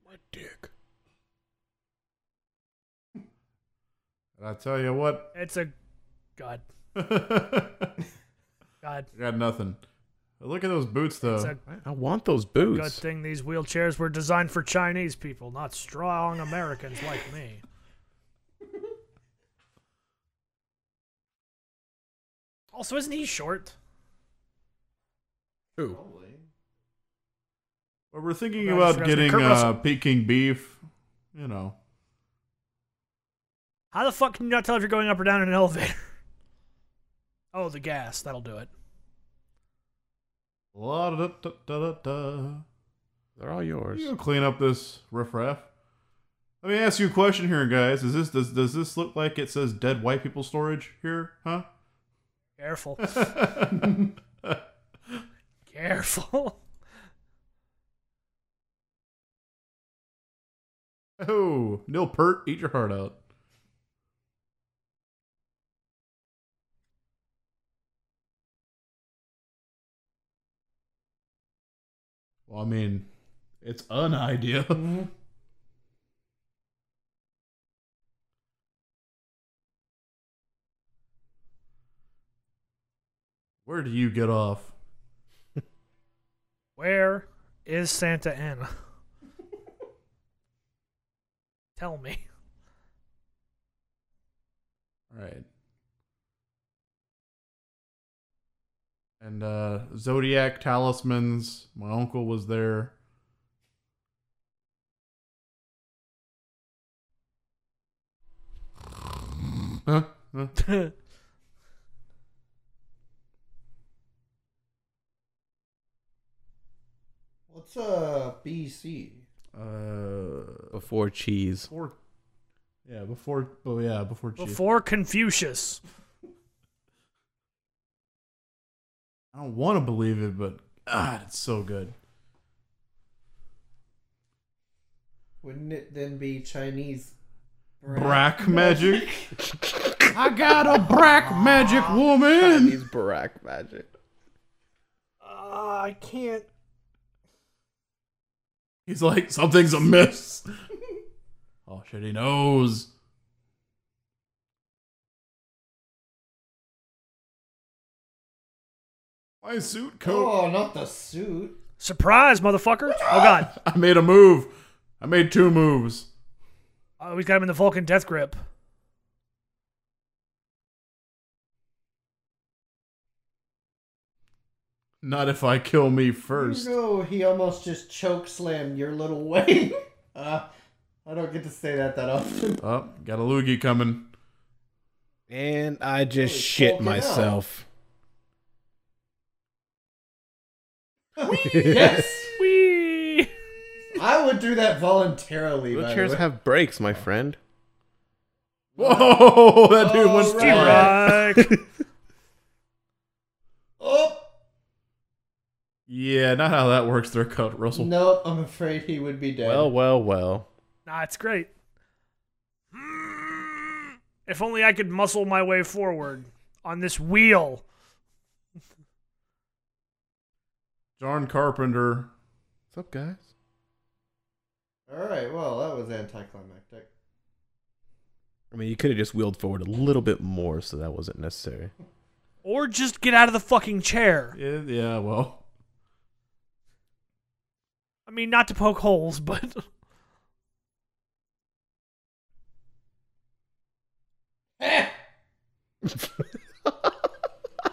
My dick. And I tell you what. It's a god. I God. got nothing. But look at those boots It's though. a I- I want those good boots. thing these wheelchairs were designed for Chinese people, not strong Americans like me. Also, isn't he short? Ooh. Probably. But we're thinking Okay, I about forgot his name. getting Kurt uh, Russell. Peking beef. You know. How the fuck can you not tell if you're going up or down in an elevator? Oh, the gas. That'll do it. La da da da da da. They're all yours. You gonna clean up this riffraff. Let me ask you a question here, guys. Is this does does this look like it says dead white people storage here? Huh? Careful. Careful. oh, Neil Pert, eat your heart out. Well, I mean, it's an idea. Mhm. Where do you get off? Where is Santa Ana? Tell me. All right. And uh Zodiac talismans. My uncle was there. Huh? Huh? What's uh BC? Uh, Before cheese. before, yeah, before, oh yeah, before. Chief. Before Confucius. I don't want to believe it, but God, it's so good. Wouldn't it then be Chinese? Brack magic. I got a brack magic woman. Barack magic. Uh, I can't. He's like, something's amiss. oh shit, he knows. My suit coat. Oh, not the suit. Surprise, motherfucker! Oh god, I made a move. I made two moves. oh, he's got him in the Vulcan death grip. Not if I kill me You first. know, he almost just choke slammed your little Wayne. uh, I don't get to say that that often. Oh, got a loogie coming. And I just Holy shit fucking myself. yes, Wee. I would do that voluntarily. by the Wheelchairs way. have brakes, my friend. Whoa, that dude went Alright. far. T-Rock. Oh Yeah, not how that works there, Cut Russell. no, I'm afraid he would be dead. Well, well, well. nah, it's great. If only I could muscle my way forward on this wheel. John Carpenter. What's up, guys? all right. Well, that was anticlimactic. I mean, you could have just wheeled forward a little bit more, so that wasn't necessary. Or just get out of the fucking chair. Yeah, yeah, well. I mean, not to poke holes, but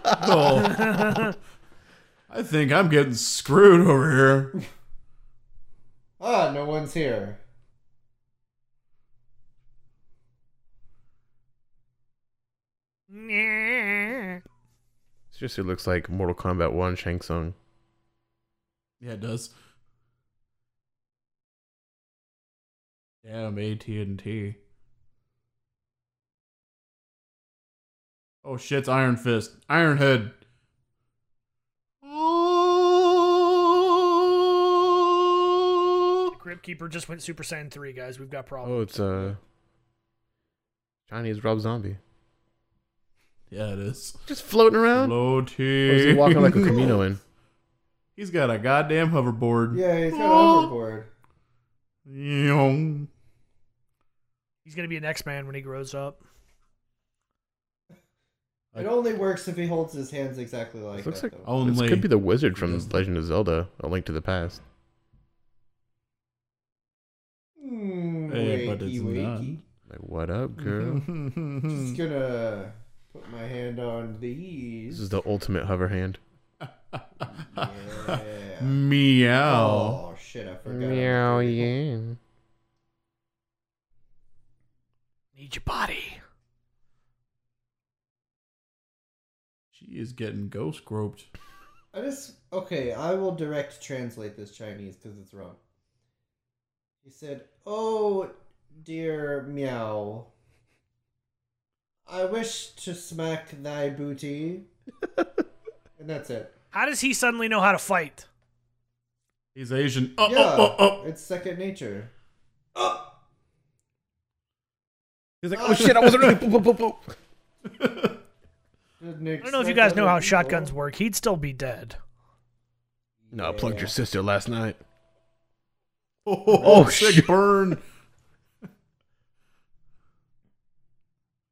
Oh, I think I'm getting screwed over here. Ah, no one's here. I Seriously, looks like Mortal Kombat 1 Shang Tsung. Yeah, it does. Damn, AT&T. Oh shit's Iron Fist. Iron Head. Grip Keeper just went Super Saiyan 3, guys. We've got problems. Oh, it's uh, Chinese Rob Zombie. Yeah, it is. Just floating around? Or is Floating. he walking like a Camino in? He's got a goddamn hoverboard. Yeah, he's got a hoverboard. Yeong. He's going to be an X-Man when he grows up. It only works if he holds his hands exactly like Looks that. like- though. Only. This could be the wizard from Legend of Zelda, A Link to the Past. Hmm, Eh, but wakey, it's not. Hmm. wakey. Like, what up, girl? Just gonna put my hand on these. this is the ultimate hover hand. Yeah. Meow. Oh shit! I forgot. Meow, yeah. Need your body. She is getting ghost groped. I just okay. I will direct translate this Chinese because it's wrong. He said, "Oh dear meow, I wish to smack thy booty," and that's it. How does he suddenly know how to fight? He's Asian. Oh, yeah, oh, oh, oh. it's second nature. He's Ah, like, oh shit, I wasn't really. boop, boop, boop, boop." I don't I don't know if you guys know how shotguns work. He'd still be dead. No, I plugged your sister last night. Oh, Oh, sick shit. burn.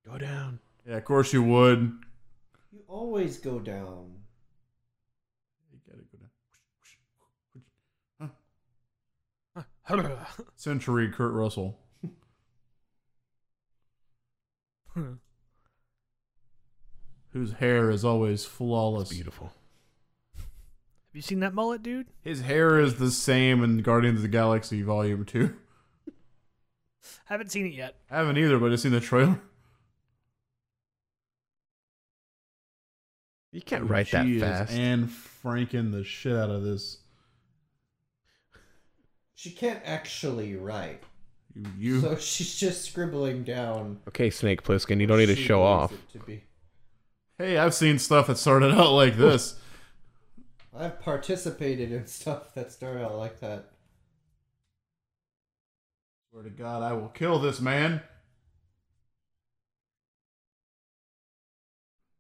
Go down. Yeah, of course you would. You always go down. You gotta go down. Century Kurt Russell. Whose hair is always flawless. It's beautiful. Have you seen that mullet, dude? His hair is the same in Guardians of the Galaxy Volume 2. Haven't seen it yet. I haven't either, but I've seen the trailer. You can't write that She is fast. Anne Franken the shit out of this. She can't actually write, You, you so she's just scribbling down. okay, Snake Plissken, you don't need to She show off. believes it to be. Hey, I've seen stuff that started out like this. I've participated in stuff that start out like that. Swear to God, I will kill this man.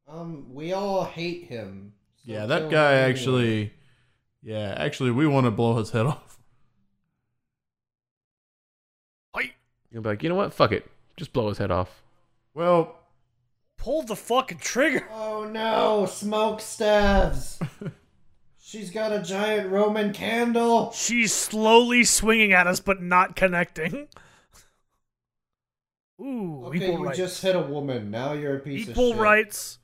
Um, we all hate him. so Yeah, kill that guy him anyway. actually. Yeah, actually, we want to blow his head off. You'll be like, you know what? Fuck it. Just blow his head off. Well, Pull the fucking trigger. Oh no, smoke staves. She's got a giant Roman candle. She's slowly swinging at us, but not connecting. Ooh, Okay, equal you rights. just hit a woman. Now you're a piece of equal shit. rights.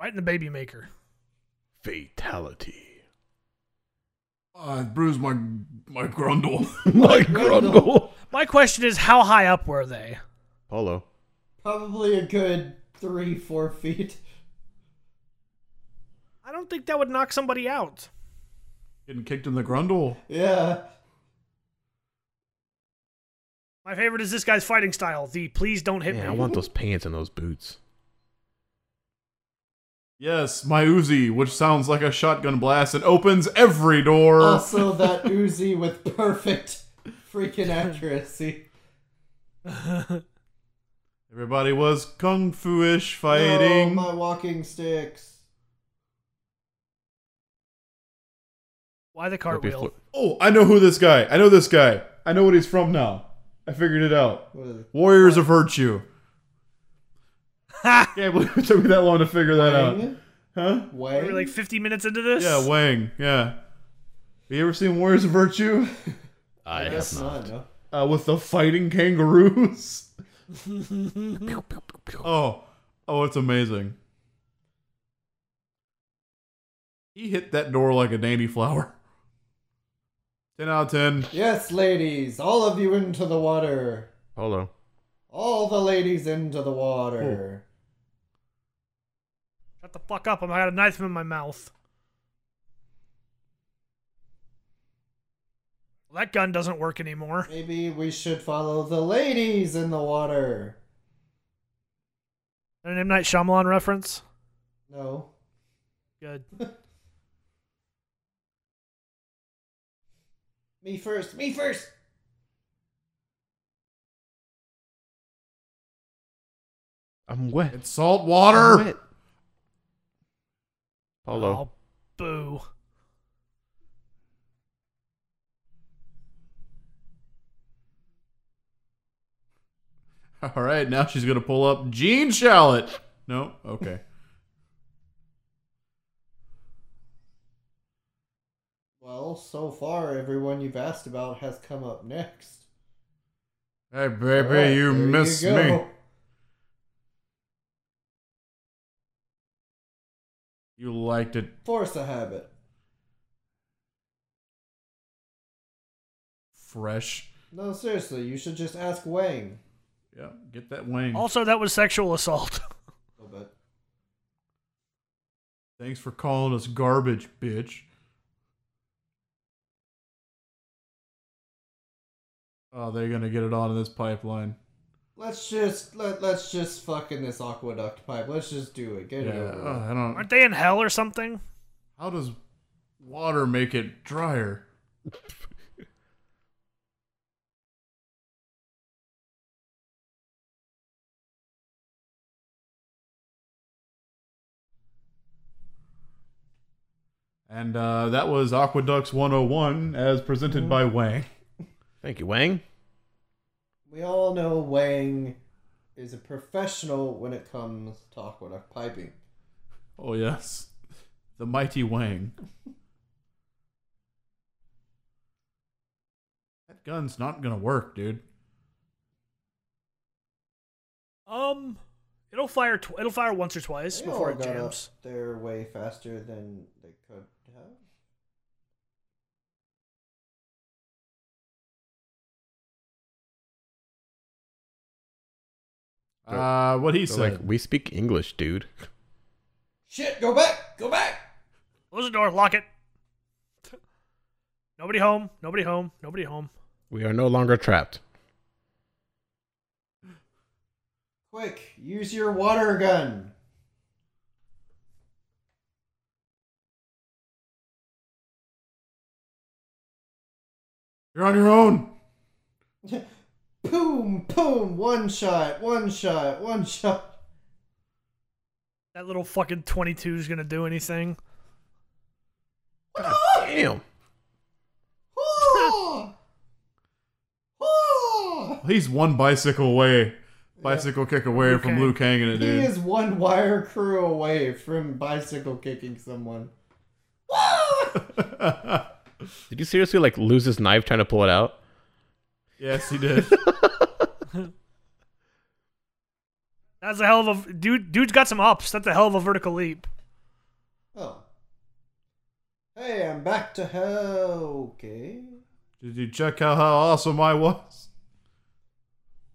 Right in the baby maker. Fatality. Uh, I bruised my my grundle. My grundle. My question is, how high up were they? Polo. Probably a good three, four feet. I don't think that would knock somebody out. Getting kicked in the grundle. Yeah. My favorite is this guy's fighting style. The please don't hit Man, I me. want those pants and those boots. Yes, my Uzi, which sounds like a shotgun blast and opens every door. Also, that Uzi with perfect freaking accuracy. Everybody was kung fu-ish fighting. No, my walking sticks. Why the Hope you cartwheel? fl- oh, I know who this guy. I know this guy. I know what he's from now. I figured it out. What is it? Warriors of Virtue. Can't believe it took me that long to figure that out. Wang? Huh? Are we Wang? like 50 minutes into this? Yeah, Wang. Yeah. Have you ever seen Warriors of Virtue? I have That's not, not. no. Uh, with the fighting kangaroos. oh, oh, it's amazing. He hit that door like a dainty flower. 10 out of 10. Yes, ladies, all of you into the water. Polo. All the ladies into the water. Shut the fuck up. I got a knife in my mouth. Well, that gun doesn't work anymore. Maybe we should follow the ladies in the water. An M. Night Shyamalan reference? No. Good. Me first, me first. I'm wet. It's salt I'm water. wet. Polo. Oh, boo. All right, now she's going to pull up Jean Shallot. No? Okay. Well, so far, everyone you've asked about has come up next. hey, baby, Alright, you there miss go. me. You liked it. Force a habit. Fresh. No, seriously, you should just ask Wang. Yeah, get that wang. Also, that was sexual assault. A little bit. Thanks for calling us garbage, bitch. Oh, they're gonna get it on in this pipeline. Let's just let let's just fuck in this aqueduct pipe. Let's just do it. Get Yeah, it over. with. uh, I don't. Aren't they in hell or something? How does water make it drier? and uh, that was Aqueducts 101 as presented by Wang. Thank you, Wang. We all know Wang is a professional when it comes to aqueduct piping. Oh, yes. The mighty Wang. that gun's not gonna work, dude. Um, it'll fire. Tw- it'll fire once or twice They before it all got up jams. there way faster than they could have. They're- Uh, what he They're said. like, we speak English, dude. Shit! Go back! Go back! Close the door. Lock it. Nobody home. Nobody home. Nobody home. We are no longer trapped. Quick! Use your water gun. You're on your own. Boom! Boom! One shot! One shot! One shot! That little fucking twenty-two is gonna do anything. God damn. Hoo! Hoo! He's one bicycle away bicycle kick away Liu from Kang. Liu Kang and He it, dude. is one wire crew away from bicycle kicking someone. Did you seriously like lose his knife trying to pull it out? yes, he did. That's a hell of a dude. Dude's got some ups. That's a hell of a vertical leap. Oh. Hey, I'm back to hell. Okay. did you check out how awesome I was?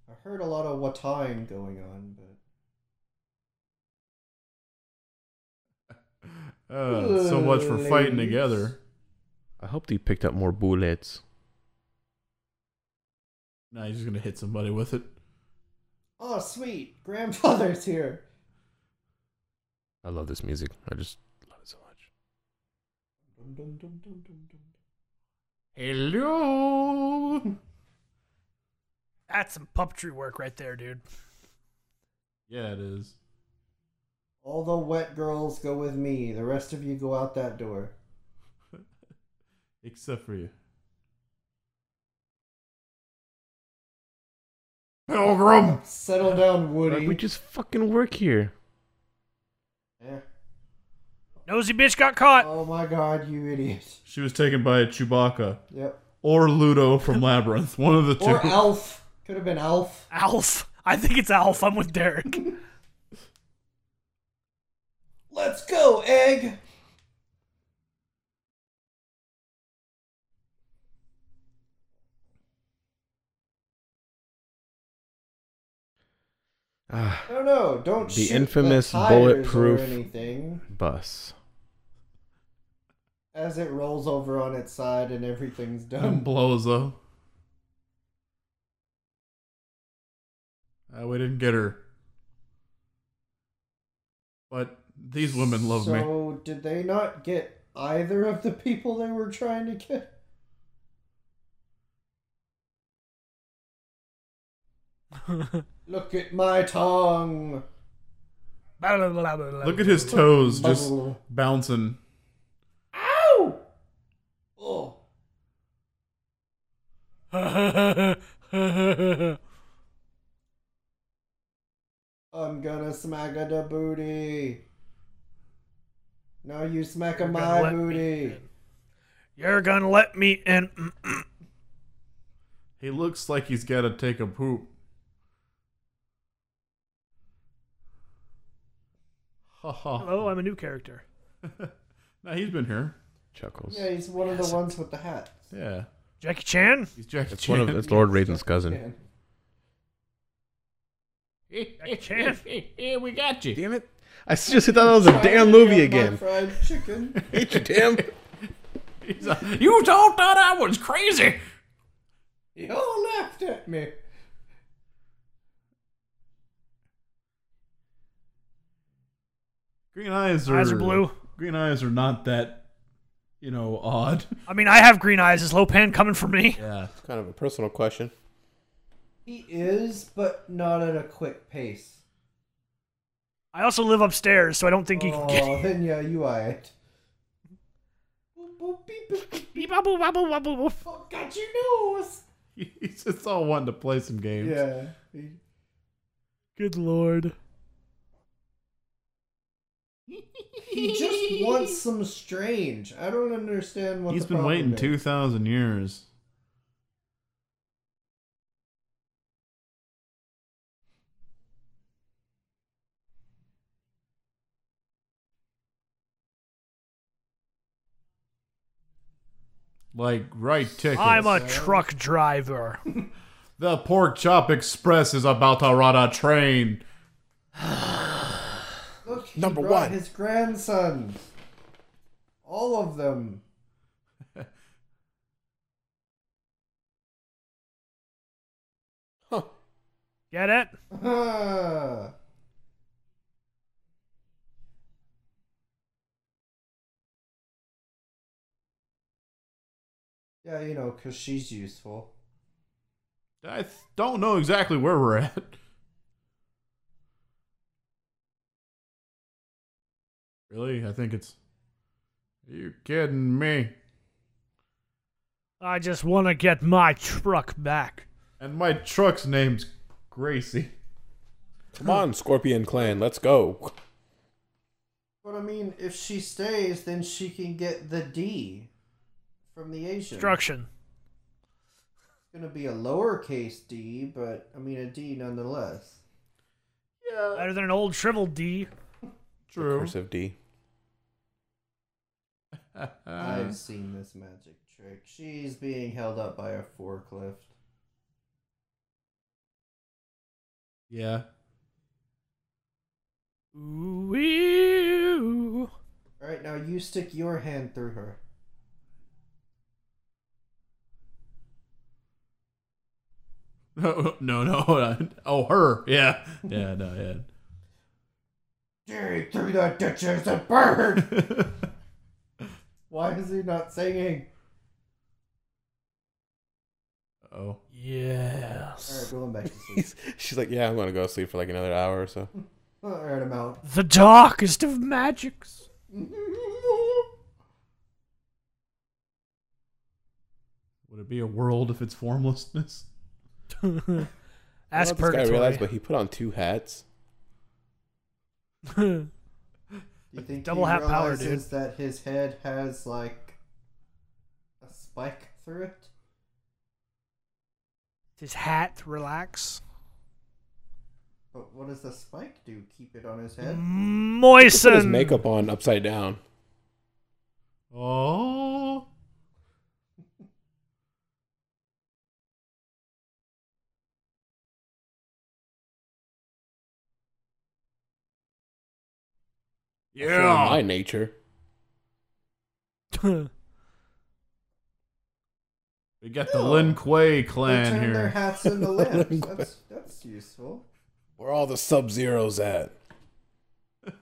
I heard a lot of watine going on, but Uh, so much for fighting Bullets. together. I hope he picked up more bullets. Now he's just gonna hit somebody with it. oh sweet, grandfather's here. I love this music. I just love it so much. Dum, dum, dum, dum, dum, dum. Hello. That's some puppetry work right there, dude. Yeah, it is. All the wet girls go with me. The rest of you go out that door. Except for you. Pilgrim. Settle down, Woody. Like, we just fucking work here. Eh. Nosy bitch got caught. Oh my god, you idiot. She was taken by Chewbacca Yep. or Ludo from Labyrinth. One of the two. Or Alf. Could have been Alf. Alf. I think it's Alf. I'm with Derek. Let's go, Egg! Ah, No, no, don't The shoot infamous the tires bulletproof- or anything bus. as it rolls over on its side and everything's and done. blows up. Uh, we didn't get her. But these women love so, me. So, did they not get either of the people they were trying to get? Look at my tongue. Look Look at his toes just Bubble. bouncing. Ow! Oh. I'm gonna smack at the booty. Now you smack at my booty. You're gonna let me in. Mm-mm. He looks like he's got to take a poop. Ha ha. Hello, Oh, I'm a new character. Now he's been here. Chuckles. Yeah, he's one of the ones with the hat. Yeah. Jackie Chan. He's Jackie It's Chan. one of it's Lord Raiden's cousin. Man. Jackie Chan. yeah, we got you. Damn it! I s- just thought that was a damn movie Fried again. Fried chicken. Hate you, damn. He's like, you all thought I was crazy. you all laughed at me. Green eyes are Eyes are blue. Green eyes are not that, you know, odd. I mean, I have green eyes. Is Lopan coming for me? Yeah. kind of a personal question. He is, but not at a quick pace. I also live upstairs, so I don't think he can get. Oh, then yeah, you are it. Boop, boop, beep, boop, boop. Beep, ah, boop, ah, boop, ah, boop, boop. Oh, got your nose. He's just all wanting to play some games. Yeah. he- Good lord. He just wants some strange. I don't understand what He's the been problem waiting is. 2,000 years. Like, right ticket. I'm a truck driver. The Pork Chop Express is about to run a train. Look, he Number brought one. his grandsons. All of them. Huh? Get it? Ah. yeah, you know, because she's useful. I th- don't know exactly where we're at. Really? I think it's. Are you kidding me? I just want to get my truck back. And my truck's name's Gracie. Come on, Scorpion Clan, let's go. But I mean, if she stays, then she can get the D from the Asian. Destruction. It's gonna be a lowercase D, but I mean a D nonetheless. Yeah, Better than an old shriveled D. true. Cursive D. Uh, I've seen this magic trick. She's being held up by a forklift. yeah. Ooh, ew. All right, now you stick your hand through her. No, no, hold on. Oh, her. Yeah. Yeah, no, yeah. Jerry threw the ditch as a bird. Why is he not singing? oh. All right, Yes. going back to sleep. He's, she's like, yeah, I'm gonna go sleep for like another hour or so. All right, I'm out. The darkest of magics. Would it be a world if it's formlessness? I Ask don't know if this guy realized, purgatory. but he put on two hats. Do you think Double he hat power, realizes that his head has like a spike through it? His hat, relax. But what does the spike do? Keep it on his head? Mm. He put his Moisten. makeup on upside down. Oh. That's really my nature. We got the No. Lin Kuei they clan turn their here. hats into limbs. that's, that's useful. Where all the sub zeros at?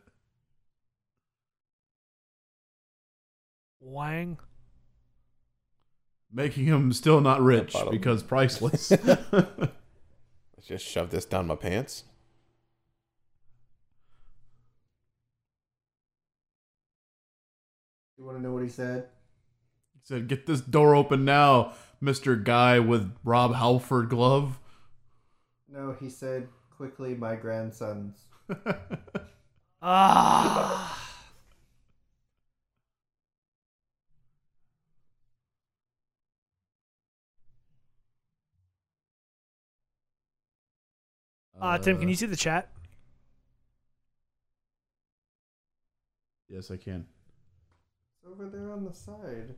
Wang. Making him still not rich bottom. because priceless. Let's just shove this down my pants. You want to know what he said? said, "Get this door open now, Mister Guy with Rob Halford glove." No, he said, quickly, my grandsons. Ah. Uh, Tim, can you see the chat? Yes, I can. It's over there on the side.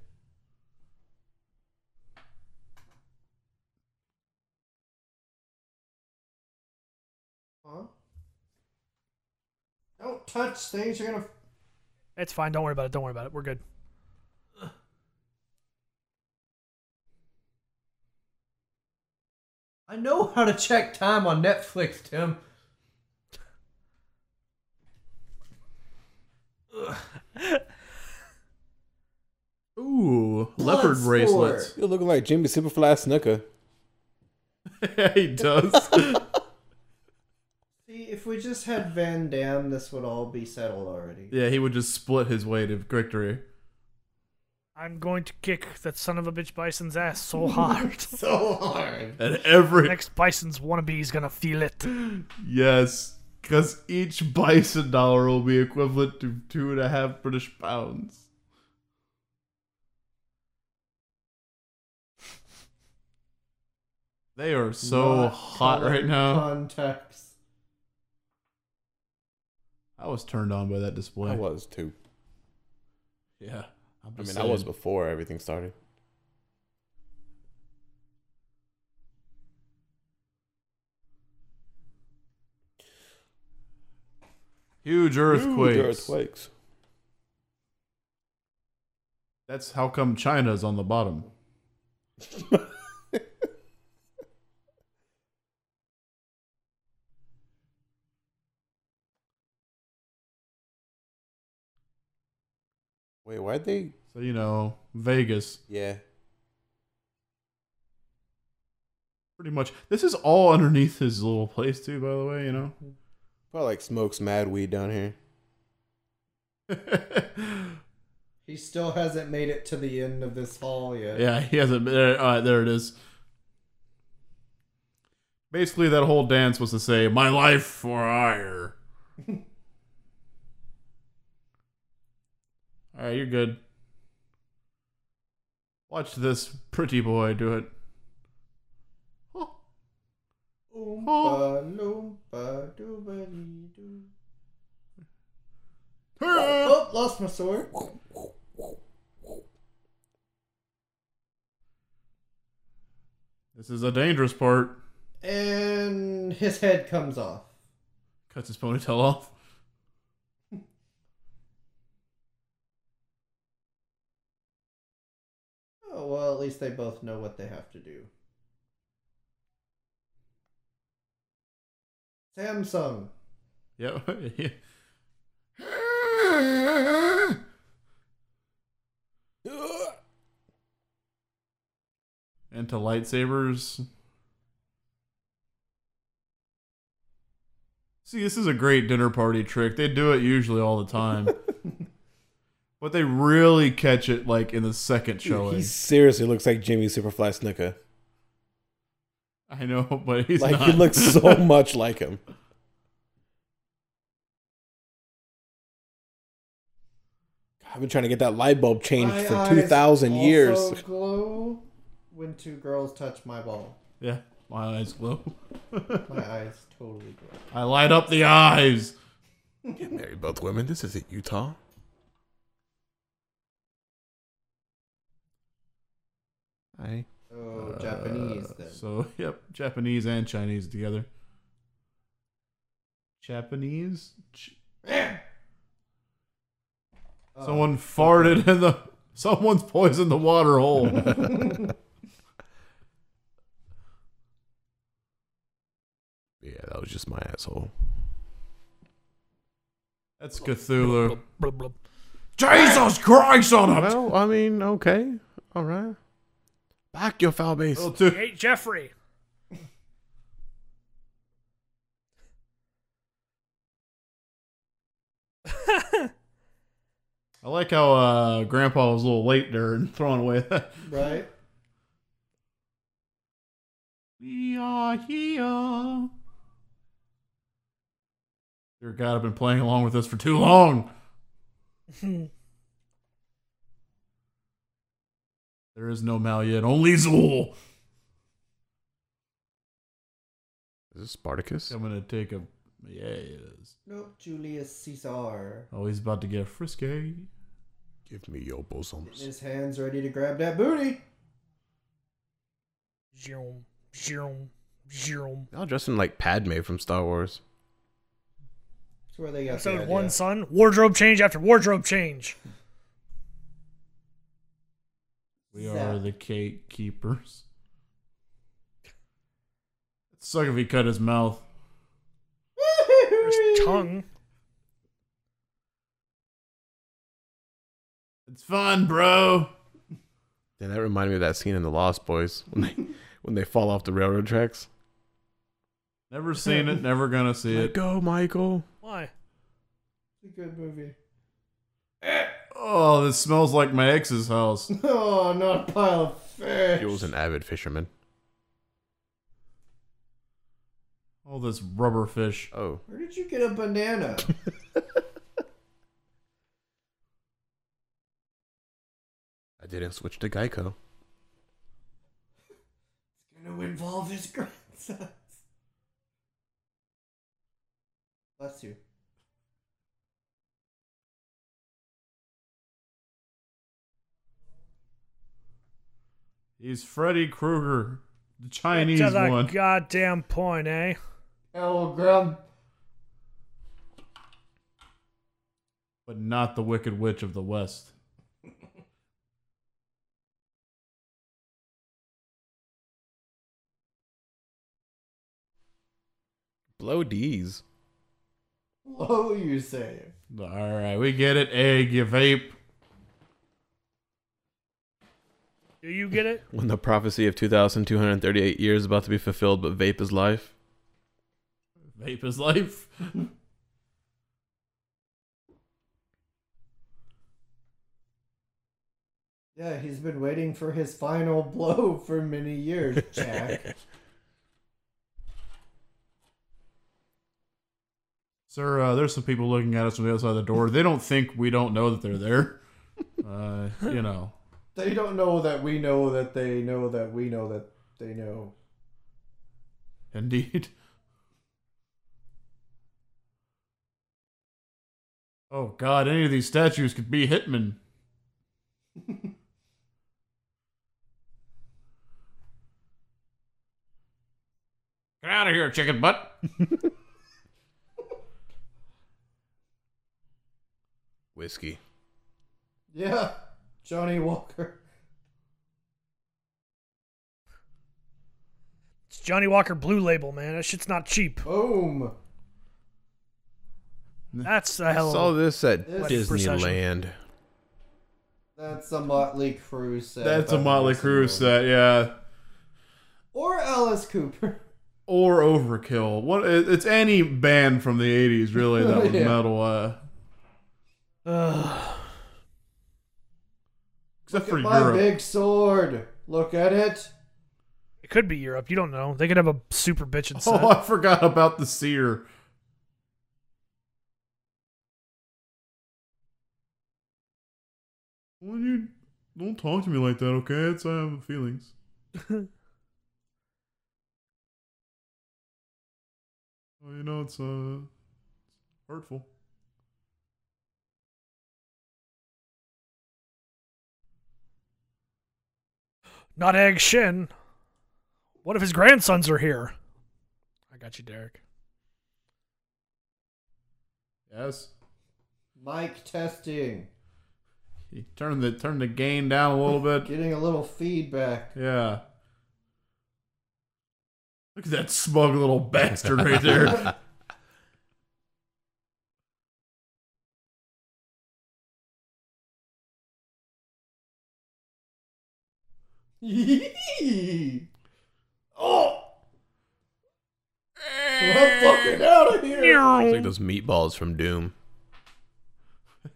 Huh? Don't touch things, you're gonna. It's fine. Don't worry about it. Don't worry about it. We're good. I know how to check time on Netflix, Tim. Ooh, leopard Bloodsport. bracelets. You're looking like Jimmy Superfly Snooker. yeah, he does. See, if we just had Van Damme, this would all be settled already. yeah, he would just split his way to victory. I'm going to kick that son of a bitch Bison's ass so hard. So hard. And every Next Bison's wannabe is gonna feel it. yes, because each bison dollar will be equivalent to two and a half British pounds. They are so Not hot color right now. Contacts. I was turned on by that display. I was too. Yeah. I'm I mean, just I was saying. before everything started. Huge earthquakes. Huge earthquakes. That's how come China's on the bottom. Wait, why'd they? So, you know, Vegas. Yeah. Pretty much. This is all underneath his little place, too, by the way, you know? Probably like smokes mad weed down here. He still hasn't made it to the end of this hall yet. yeah, he hasn't. There, all right, there it is. Basically, that whole dance was to say, "My life for hire." All right, you're good. Watch this pretty boy do it. Oh. Oompa loompa doobity doo. Hurrah! Oh, lost my sword. This is a dangerous part. And his head comes off. Cuts his ponytail off. Oh, well, at least they both know what they have to do. Samsung. Yep. and to lightsabers. See, this is a great dinner party trick. They do it usually all the time. but they really catch it like in the second showing. He seriously looks like Jimmy Superfly Snuka. I know, but he's Like not. he looks so much like him. I've been trying to get that light bulb changed My for eyes two thousand also years. glow when two girls touch my ball. Yeah, my eyes glow. My eyes totally glow. I light up the eyes. Get married, both women. This isn't Utah. I Oh, Uh, Japanese then. So yep, Japanese and Chinese together. Japanese. Ch- Oh. someone farted in the. Someone's poisoned the water hole. yeah, that was just my asshole. That's Cthulhu. Blub, blub. Jesus Christ on a Well, I mean, okay, all right. Back your foul base. Well, He too. ate Jeffrey. I like how uh, Grandpa was a little late there and throwing away that. Right? We are here. Dear God, I've been playing along with this for too long. There is no Mal yet, only Zool. Is this Spartacus? I'm gonna take a. Yeah, it is. Nope, Julius Caesar. Oh, he's about to get frisky. Give me your Getting bosoms. His hands ready to grab that booty. Zoom, zoom, zoom. Y'all dressed in like Padme from Star Wars. That's where they got the Episode idea. one, son. Wardrobe change after wardrobe change. We are the cake keepers. It'd suck if he cut his mouth. His tongue. It's fun, bro. Yeah, that reminded me of that scene in The Lost Boys when they when they fall off the railroad tracks. Never seen it. Never gonna see Let it. go, Michael. Why? It's a good movie. Oh, this smells like my ex's house. Oh, not a pile of fish. Jules an avid fisherman. All this rubber fish. Oh, Where did you get a banana? I didn't switch to Geico. gonna involve his grandsons. Bless you. He's Freddy Krueger, the Get Chinese to the one. goddamn point, eh? El Grum. but not the Wicked Witch of the West. Blow D's. Low, you say. All right, we get it. Egg, you vape. Do you get it? When the prophecy of 2,238 years is about to be fulfilled, but vape is life. Vape is life. Yeah, he's been waiting for his final blow for many years, Jack. Sir, uh, there's some people looking at us from the other side of the door. They don't think we don't know that they're there. Uh, you know. They don't know that we know that they know that we know that they know. Indeed. Oh God! Any of these statues could be hitmen. Get out of here, chicken butt! Whiskey. Yeah, Johnny Walker. It's Johnny Walker Blue Label, man. That shit's not cheap. Boom. That's a hell Saw of this at Oh. This- Disneyland. That's a Motley Crue set. That's if a I've Motley ever seen Crue one. set, yeah, Or Alice Cooper. or Overkill. What? it- It's any band from the '80s, really. That was Yeah. metal, uh, a. Ugh. except for Look at my Europe. big sword. Look at it. It could be Europe. You don't know. They could have a super bitchin' set. Oh, I forgot about the seer. Well, you don't talk to me like that, okay? It's I have feelings. well, you know it's uh hurtful. Not Egg Shin. What if his grandsons are here? I got you, Derek. Yes. Mic testing. You turn the turn the gain down a little bit. Getting a little feedback. Yeah. Look at that smug little bastard right there. oh! We're fucking out of here! It's like those meatballs from Doom.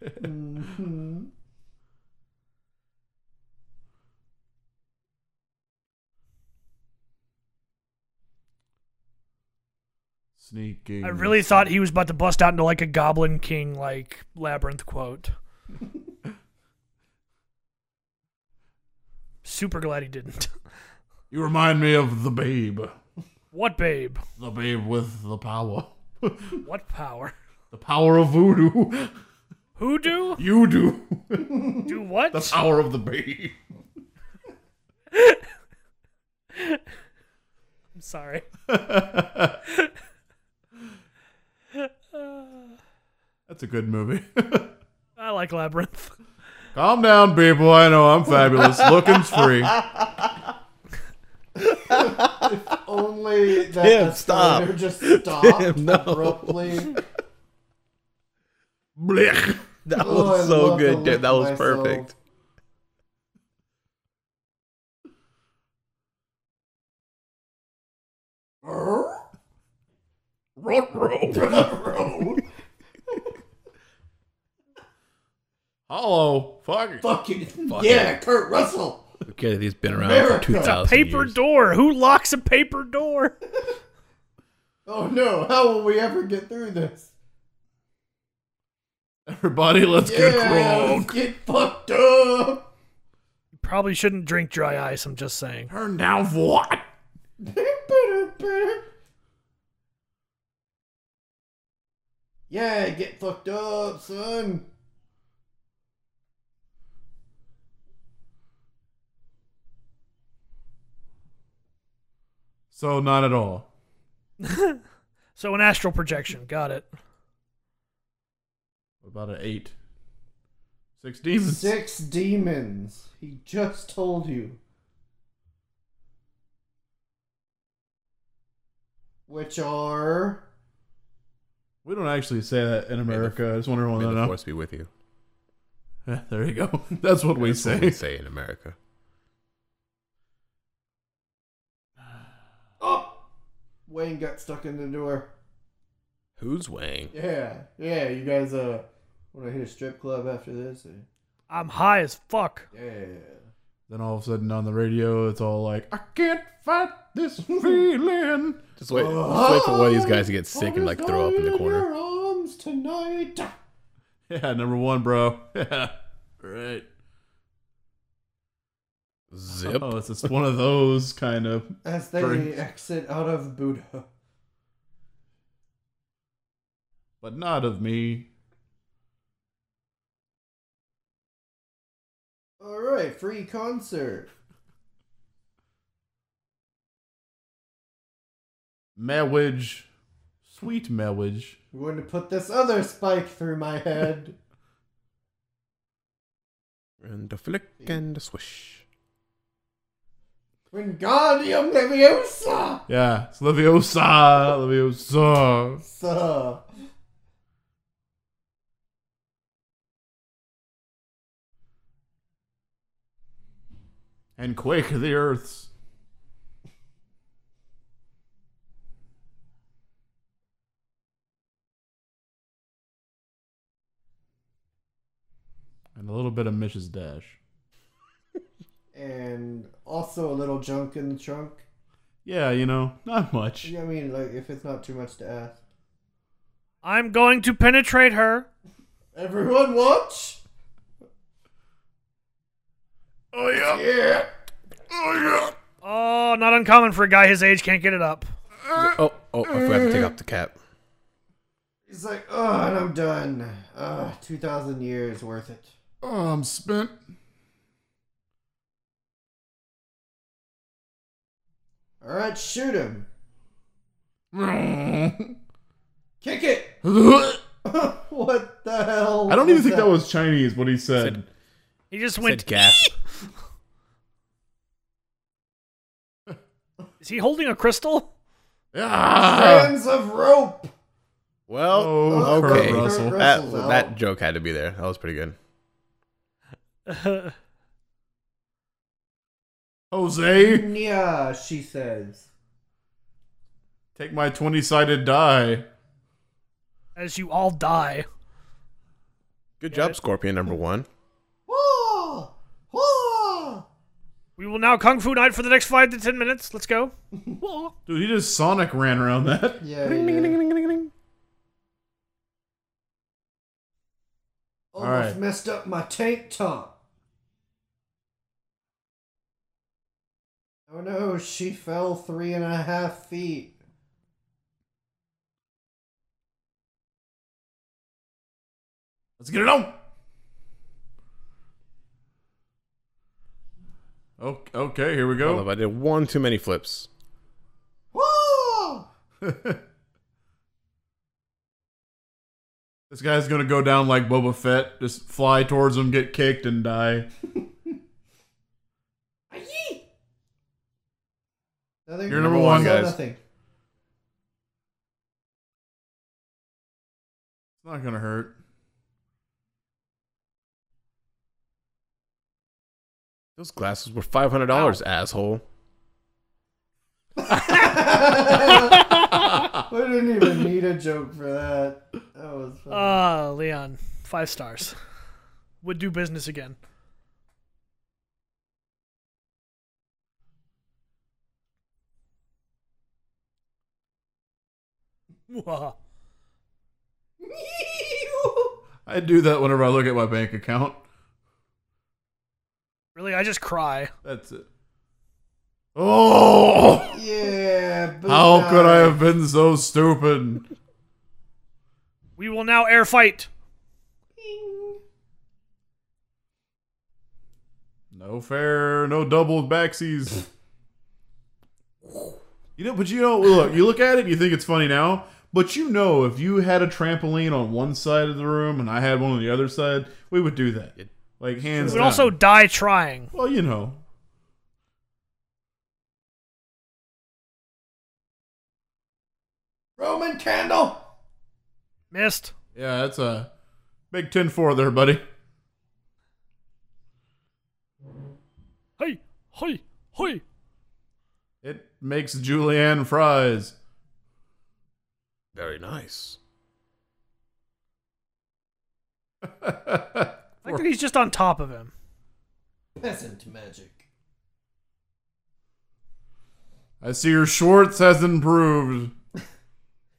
Mhm. Sneaking. I really thought he was about to bust out into like a Goblin King like labyrinth quote. Super glad he didn't. You remind me of the babe. What babe? The babe with the power. the What power? power of voodoo. Who do? You do. Do the what? power of the babe. I'm sorry. That's a good movie. I like labyrinth. Calm down, people. I know I'm fabulous. Looking's free. Only that Tim, the stop. spider just stopped Tim, no. abruptly. Blech. That Oh, I was so love to good, lick Tim. That was myself. perfect. Ruh-roh. Hello. Fuck it. Fucking Fuck yeah, Kurt Russell. Okay, he's been around America. for two It's It's a thousand paper years. door. Who locks a paper door? Oh no, how will we ever get through this? Everybody, let's get yeah, drunk. let's get fucked up. Probably shouldn't drink dry ice, I'm just saying. Turn down for what? yeah, get fucked up, son. So not at all. So an astral projection, got it. What about an eight? Six demons. Six demons. He just told you. Which are We don't actually say that in the- America. I just want everyone May to the know. force be with you. Yeah, There you go. That's what we That's what we say. say in America. up. Oh! Wayne got stuck in the door. Who's Wang? Yeah, yeah. You guys uh want to hit a strip club after this? Or- I'm high as fuck. Yeah. Then all of a sudden on the radio, it's all like, I can't fight this feeling. Just wait, just wait for one of these guys to get sick and like throw up in the corner. You're on comes tonight. Yeah, number one, bro. Yeah. Right. Zip. Oh, it's just one of those kind of. As they Drink. exit out of Buddha. but not of me. Alright, free concert. Marriage, sweet marriage. I'm going to put this other spike through my head. And a flick and a swish. Wingardium Leviosa! Yeah, it's Leviosa, Leviosa. So, And quake the earths. And a little bit of Mish's dash. and also a little junk in the trunk. Yeah, you know, not much. I mean, like, if it's not too much to ask. I'm going to penetrate her. Everyone watch! Oh yeah. Yeah! Oh Oh, not uncommon for a guy his age can't get it up. Oh, oh, I forgot to take off the cap. He's like, oh, and I'm done. Ugh, 2,000 years worth it. Oh, I'm spent. Alright, shoot him. Kick it! I what the hell? don't even think that was Chinese. What he said. He just Said went. gasp. Is he holding a crystal? Ah. Strands of rope! Well, Oh, Kurt okay. Russell. That, Russell's that out. joke had to be there. That was pretty good. Jose, Yeah, she says. take my twenty-sided die. As you all die. Good job, Scorpion number one. Wah! Wah! We will now Kung Fu Night for the next five to ten minutes. Let's go. Whoa. Dude, he just Sonic ran around that. Yeah, yeah. All Almost right. messed up my tank top. Oh no, she fell three and a half feet. Let's get it on. Okay, okay, here we Hold go. up, I did one too many flips. Wah! this guy's gonna go down like Boba Fett. Just fly towards him, get kicked, and die. Aye! Nothing. You're number one, Saw guys. Nothing. It's not gonna hurt. Those glasses were five hundred dollars, asshole. I didn't even need a joke for that. That was funny. Ah, Leon. Five stars. Would do business again. Whoa. I do that whenever I look at my bank account. Really, I just cry. That's it. Oh! yeah. but How nah. could I have been so stupid? We will now air fight. No fair, no double backsies. You know, but you know, look, you look at it, you think it's funny now, but you know, if you had a trampoline on one side of the room and I had one on the other side, we would do that. Like hands We down. would also die trying. well, you know, Roman candle. Missed. yeah, that's a big 10-4 there, buddy. Hey, hey, hey. It makes Julianne fries. Very nice. I think he's just on top of him. Peasant magic. I see your shorts has improved.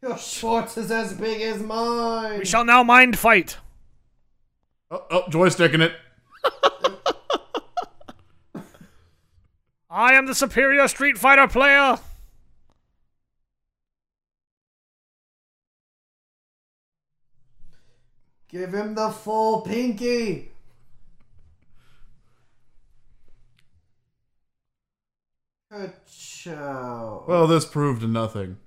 Your shorts is as big as mine. We shall now mind fight. Oh, oh joysticking it. I am the superior Street Fighter player. Give him the full pinky. Good show. Well, this proved nothing.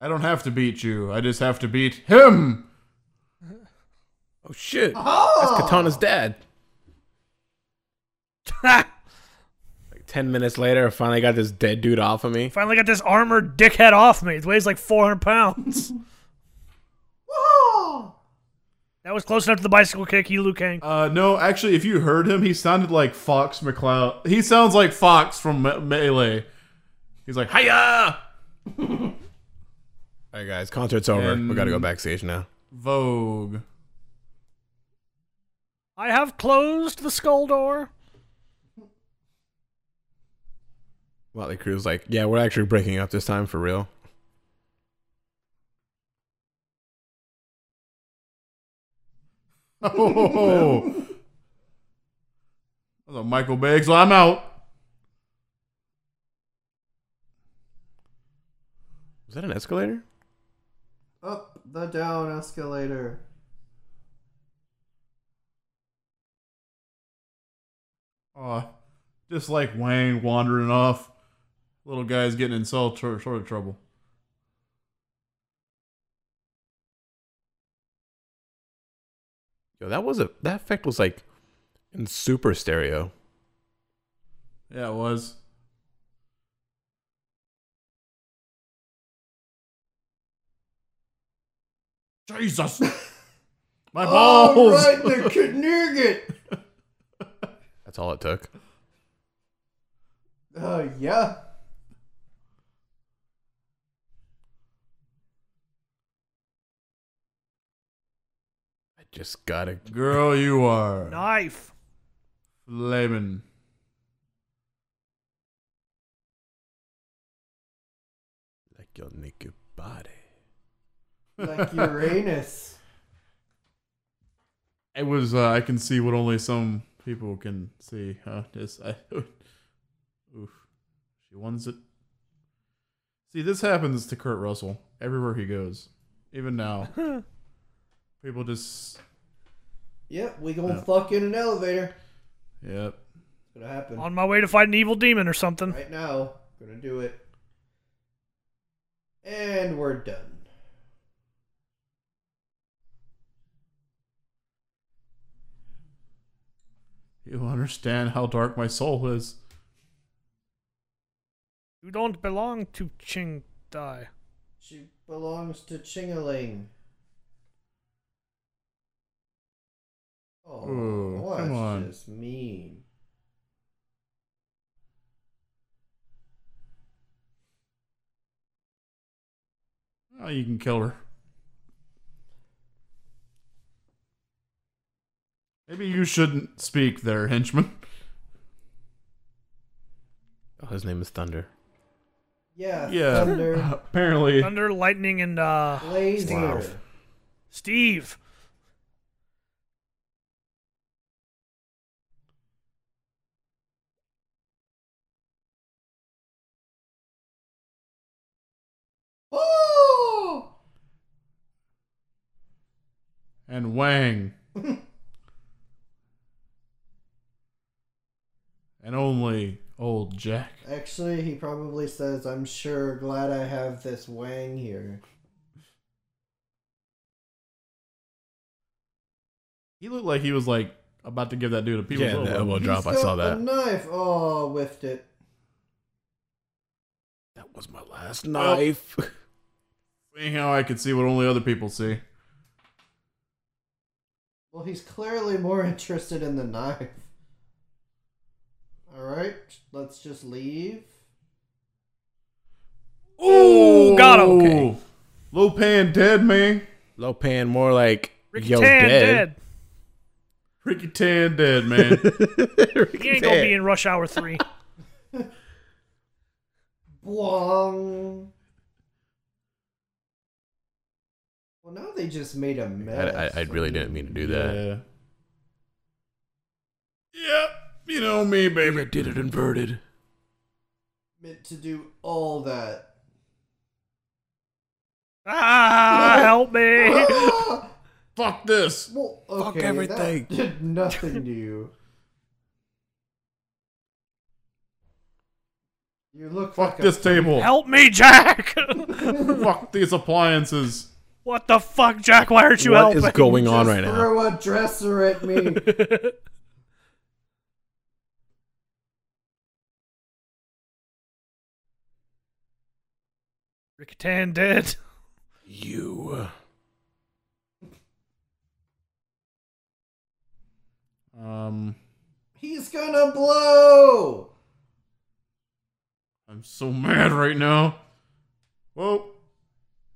I don't have to beat you. I just have to beat him. Oh shit! oh! That's Katana's dad. Like ten minutes later, I finally got this dead dude off of me. Finally got this armored dickhead off me. It weighs like 400 pounds. Whoa! that was close enough to the bicycle kick, you Liu Kang. Uh, no, actually, if you heard him, he sounded like Fox McCloud. He sounds like Fox from Me- Melee. He's like, hiya! All right, guys, concert's over. we gotta go And- Um, backstage now. Vogue. I have closed the skull door. Motley Crue's like, yeah, we're actually breaking up this time for real. Oh, that was a Michael Bay, so I'm out. Was that an escalator? Up the down escalator. Aw, Uh, just like Wang wandering off. Little guy's getting in so tr- sort of trouble. Yo, that was a that effect was like in super stereo. Yeah, it was. Jesus! My balls! All right, the Knurget. That's all it took. Uh, yeah. I just gotta. Girl, you are. Knife. Flamin'. Like your naked body. Like Uranus. It was. Uh, I can see what only some people can see. Huh? Just, I, oof. She wants it. See, this happens to Kurt Russell everywhere he goes, even now. people just. yep, we gonna Yeah. fuck in an elevator. Yep. It's gonna happen On my way to fight an evil demon or something. right now. Gonna do it. And we're done. You understand how dark my soul is. You don't belong to Ching Dai. She belongs to Chingaling. Oh, Ooh, what's come on. this mean? Oh, you can kill her. Maybe you shouldn't speak there, henchman. Oh, his name is Thunder. Yeah, Yeah. thunder, Apparently. Thunder, lightning, and uh, laser. Wow. Steve. Oh! and Wang. and only old Jack. Actually, he probably says, "I'm sure glad I have this Wang here." He looked like he was like about to give that dude a people's Yeah, the elbow elbow. drop. He's I got saw the that. knife. Oh, whiffed it. That was my last Well- knife. Seeing how I could see what only other people see. Well, he's clearly more interested in the knife. All right, let's just leave. Ooh, got him. Okay. Lopan dead, man. Lopan more like Ricky yo Tan dead. dead. Ricky Tan dead, man. Ricky He ain't Tan. gonna be in Rush Hour 3. Bwong. Well, now they just made a I, mess. I, I really didn't mean to do that. Yeah. Yep. You know me, baby. did it inverted. meant to do all that. Ah, help me. Ah! Fuck this. well, okay, Fuck that everything. did nothing to you. You look Fuck like a- this table. Help me, Jack. Fuck these appliances. what the fuck, Jack? Why aren't you What helping? is going Just on right now? throw a dresser at me. Ricketan dead. You. Um, He's gonna blow. I'm so mad right now. Whoa.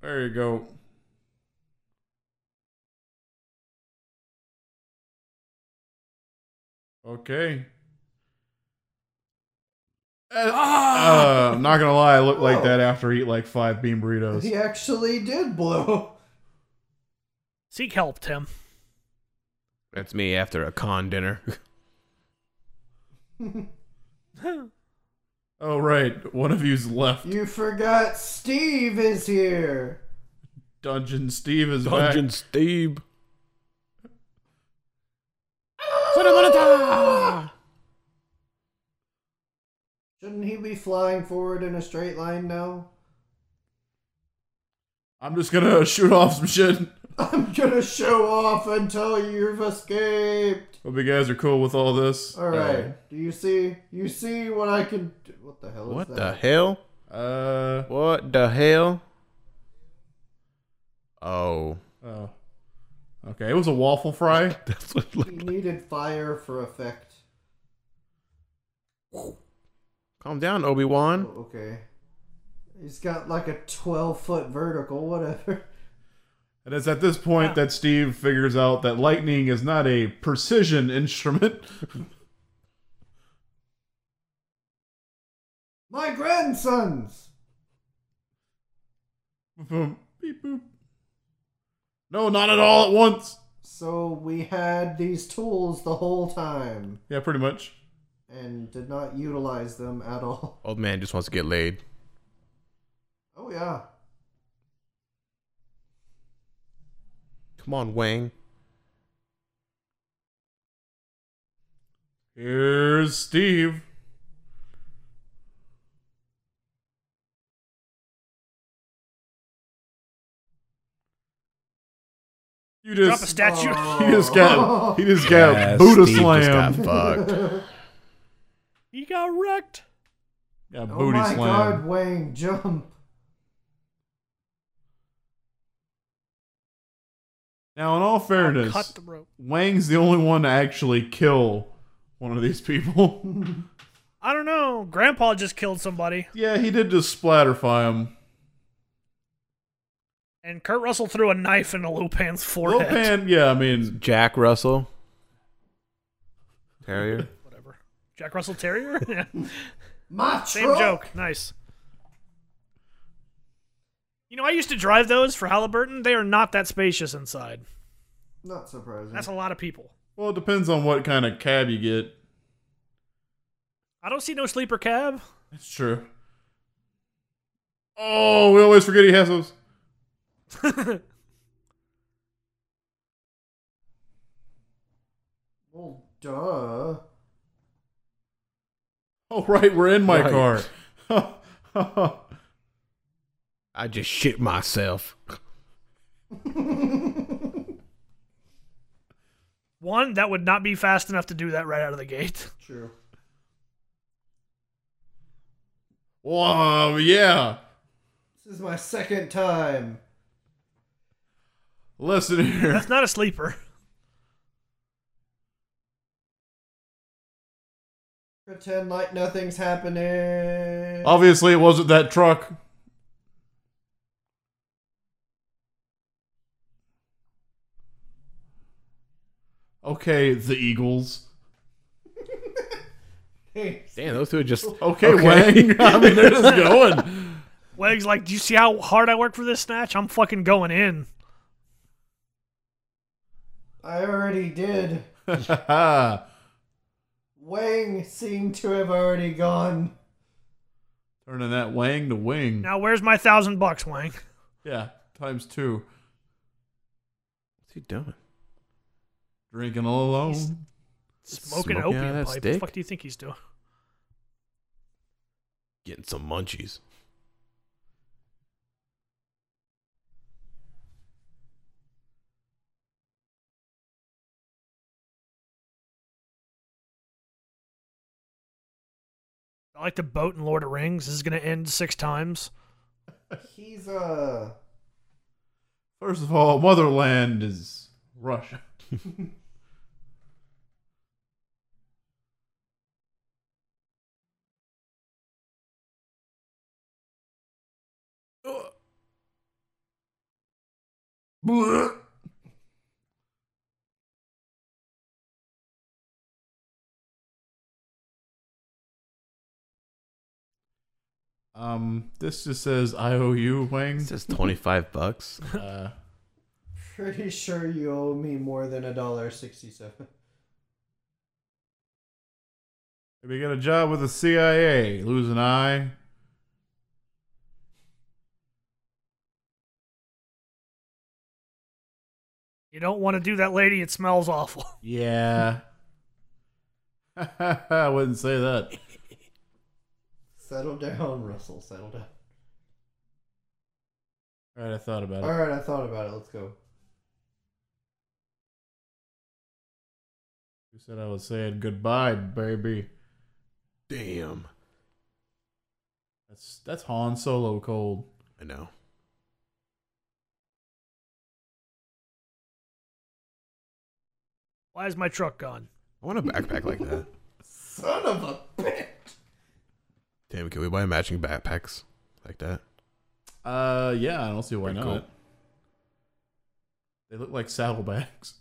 There you go. Okay. Uh, uh, I'm not gonna lie, I look like that after I eat like five bean burritos. He actually did blow. Seek help, Tim. That's me after a con dinner. Oh right, one of you's left. You forgot Steve is here. Dungeon Steve is Dungeon back. Steve. Shouldn't he be flying forward in a straight line now? I'm just gonna shoot off some shit. I'm gonna show off until you've escaped. Hope you guys are cool with all this. All right. Do you see? You see what I can? Do? What the hell is What the that? hell? Uh. What the hell? Oh. Oh. Okay, it was a waffle fry. That's what it looked He needed fire for effect. Calm down, Obi Wan. Oh, okay. He's got like a 12 foot vertical, whatever. And it's at this point that Steve figures out that lightning is not a precision instrument. My grandsons! Boom, beep, boop. No, not at all at once. So we had these tools the whole time Yeah, pretty much. and did not utilize them at all. Old man just wants to get laid. Oh, yeah. Come on, Wang. Here's Steve. You Drop a just, statue. Oh. he just got, he just got Yeah, Buddha Steve slam. just got fucked. He got wrecked. yeah, oh booty my slam. god, Wang, jump. Now, in all fairness, Cut the rope. Wang's the only one to actually kill one of these people. I don't know. Grandpa just killed somebody, yeah, he did just splatterfy him. and Kurt Russell threw a knife into Lopan's forehead. Lopan, yeah, I mean, Jack Russell. Terrier. Whatever. Jack Russell Terrier. Yeah. My Same truck! joke. Nice. You know, I used to drive those for Halliburton. They are not that spacious inside. Not surprising. That's a lot of people. well, it depends on what kind of cab you get. I don't see no sleeper cab. That's true. Oh, we always forget he has those. well, duh. Oh, right, we're in my Right. car. I just shit myself. One, that would not be fast enough to do that right out of the gate. True. wow, yeah. This is my second time. Listen here. That's not a sleeper. Pretend like nothing's happening. Obviously, it wasn't that truck. Okay, the Eagles. Thanks. Damn, those two are just Okay, Wang. I mean, they're just going. Weg's like, do you see how hard I work for this snatch? I'm fucking going in. I already did. Wang seemed to have already gone. Turning that Wang to Wing. Now where's my thousand bucks, Wang? Yeah, times two. What's he doing? Drinking all alone. He's- Smoking Smoking an out opium that pipe. The stick? fuck do you think he's doing? Getting some munchies. I like the boat in Lord of Rings. This is gonna end six times. He's uh First of all, motherland is Russia. Blech. Um, this just says I owe you, Wang. It's just twenty five bucks. Uh, pretty sure you owe me more than a dollar sixty-seven. If you get a job with the CIA, lose an eye. You don't want to do that, lady. It smells awful. Yeah. I wouldn't say that. Settle down, Russell. Settle down. All right, I thought about All it. right, I thought about it. Let's go. You said I was saying goodbye, baby. Damn. That's that's Han Solo cold. I know. Why is my truck gone? I want a backpack like that. Son of a bitch. Damn, can we buy matching backpacks like that? Uh, yeah, I don't see why Pretty not. cool. They look like saddlebags.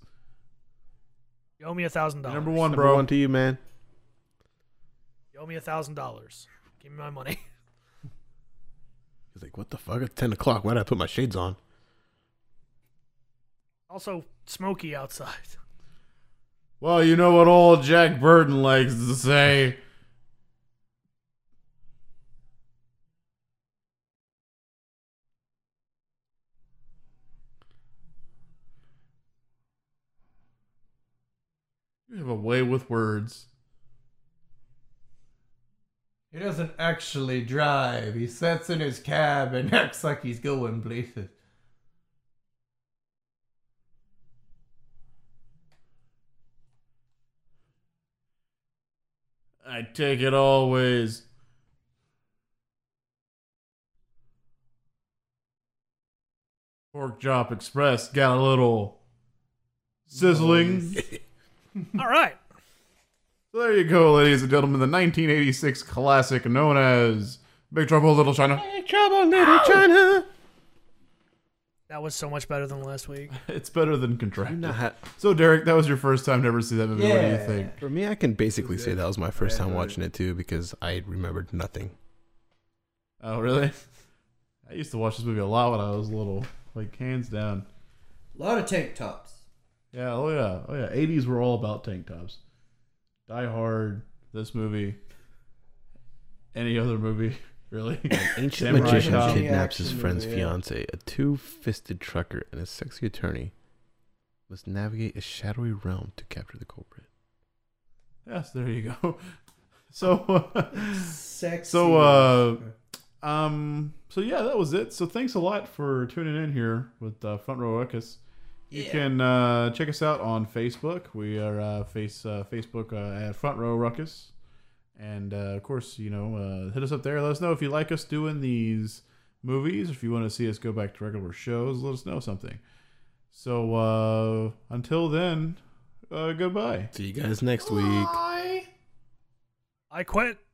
You owe me a thousand You're dollars. Number one, bro. to you, man. You owe me a thousand dollars. Give me my money. He's like, what the fuck? It's ten o'clock. Why did I put my shades on? Also, smoky outside. Well, you know what old Jack Burton likes to say. You have a way with words. He doesn't actually drive. He sits in his cab and acts like he's going places. I take it always. Pork Chop Express got a little sizzling. All right. So there you go, ladies and gentlemen, the 1986 classic known as Big Trouble in Little China. Hey, trouble, little China. That was so much better than last week. It's better than Contract. Not, So, Derek, that was your first time to ever see that movie. What do you Yeah. think? for me, I can basically say that was my first time Right. watching it too because I remembered nothing. Oh, really? I used to watch this movie a lot when I was little, like hands down. A lot of tank tops. Yeah, oh yeah, oh yeah. 80s were all about tank tops. Die Hard, this movie, any other movie, really. Ancient Samurai magician Cop. kidnaps his Action friend's movie, yeah. fiance, a two-fisted trucker, and a sexy attorney. Must navigate a shadowy realm to capture the culprit. yes, there you go. So, Sexy. So, uh, um, so yeah, that was it. So thanks a lot for tuning in here with uh, Front Row Ruckus. You Yeah. can uh, check us out on Facebook. We are uh, face uh, Facebook uh, at Front Row Ruckus, and uh, of course, you know, uh, hit us up there. Let us know if you like us doing these movies. If you want to see us go back to regular shows, let us know something. So uh, until then, uh, goodbye. See you guys next week. Bye. I quit.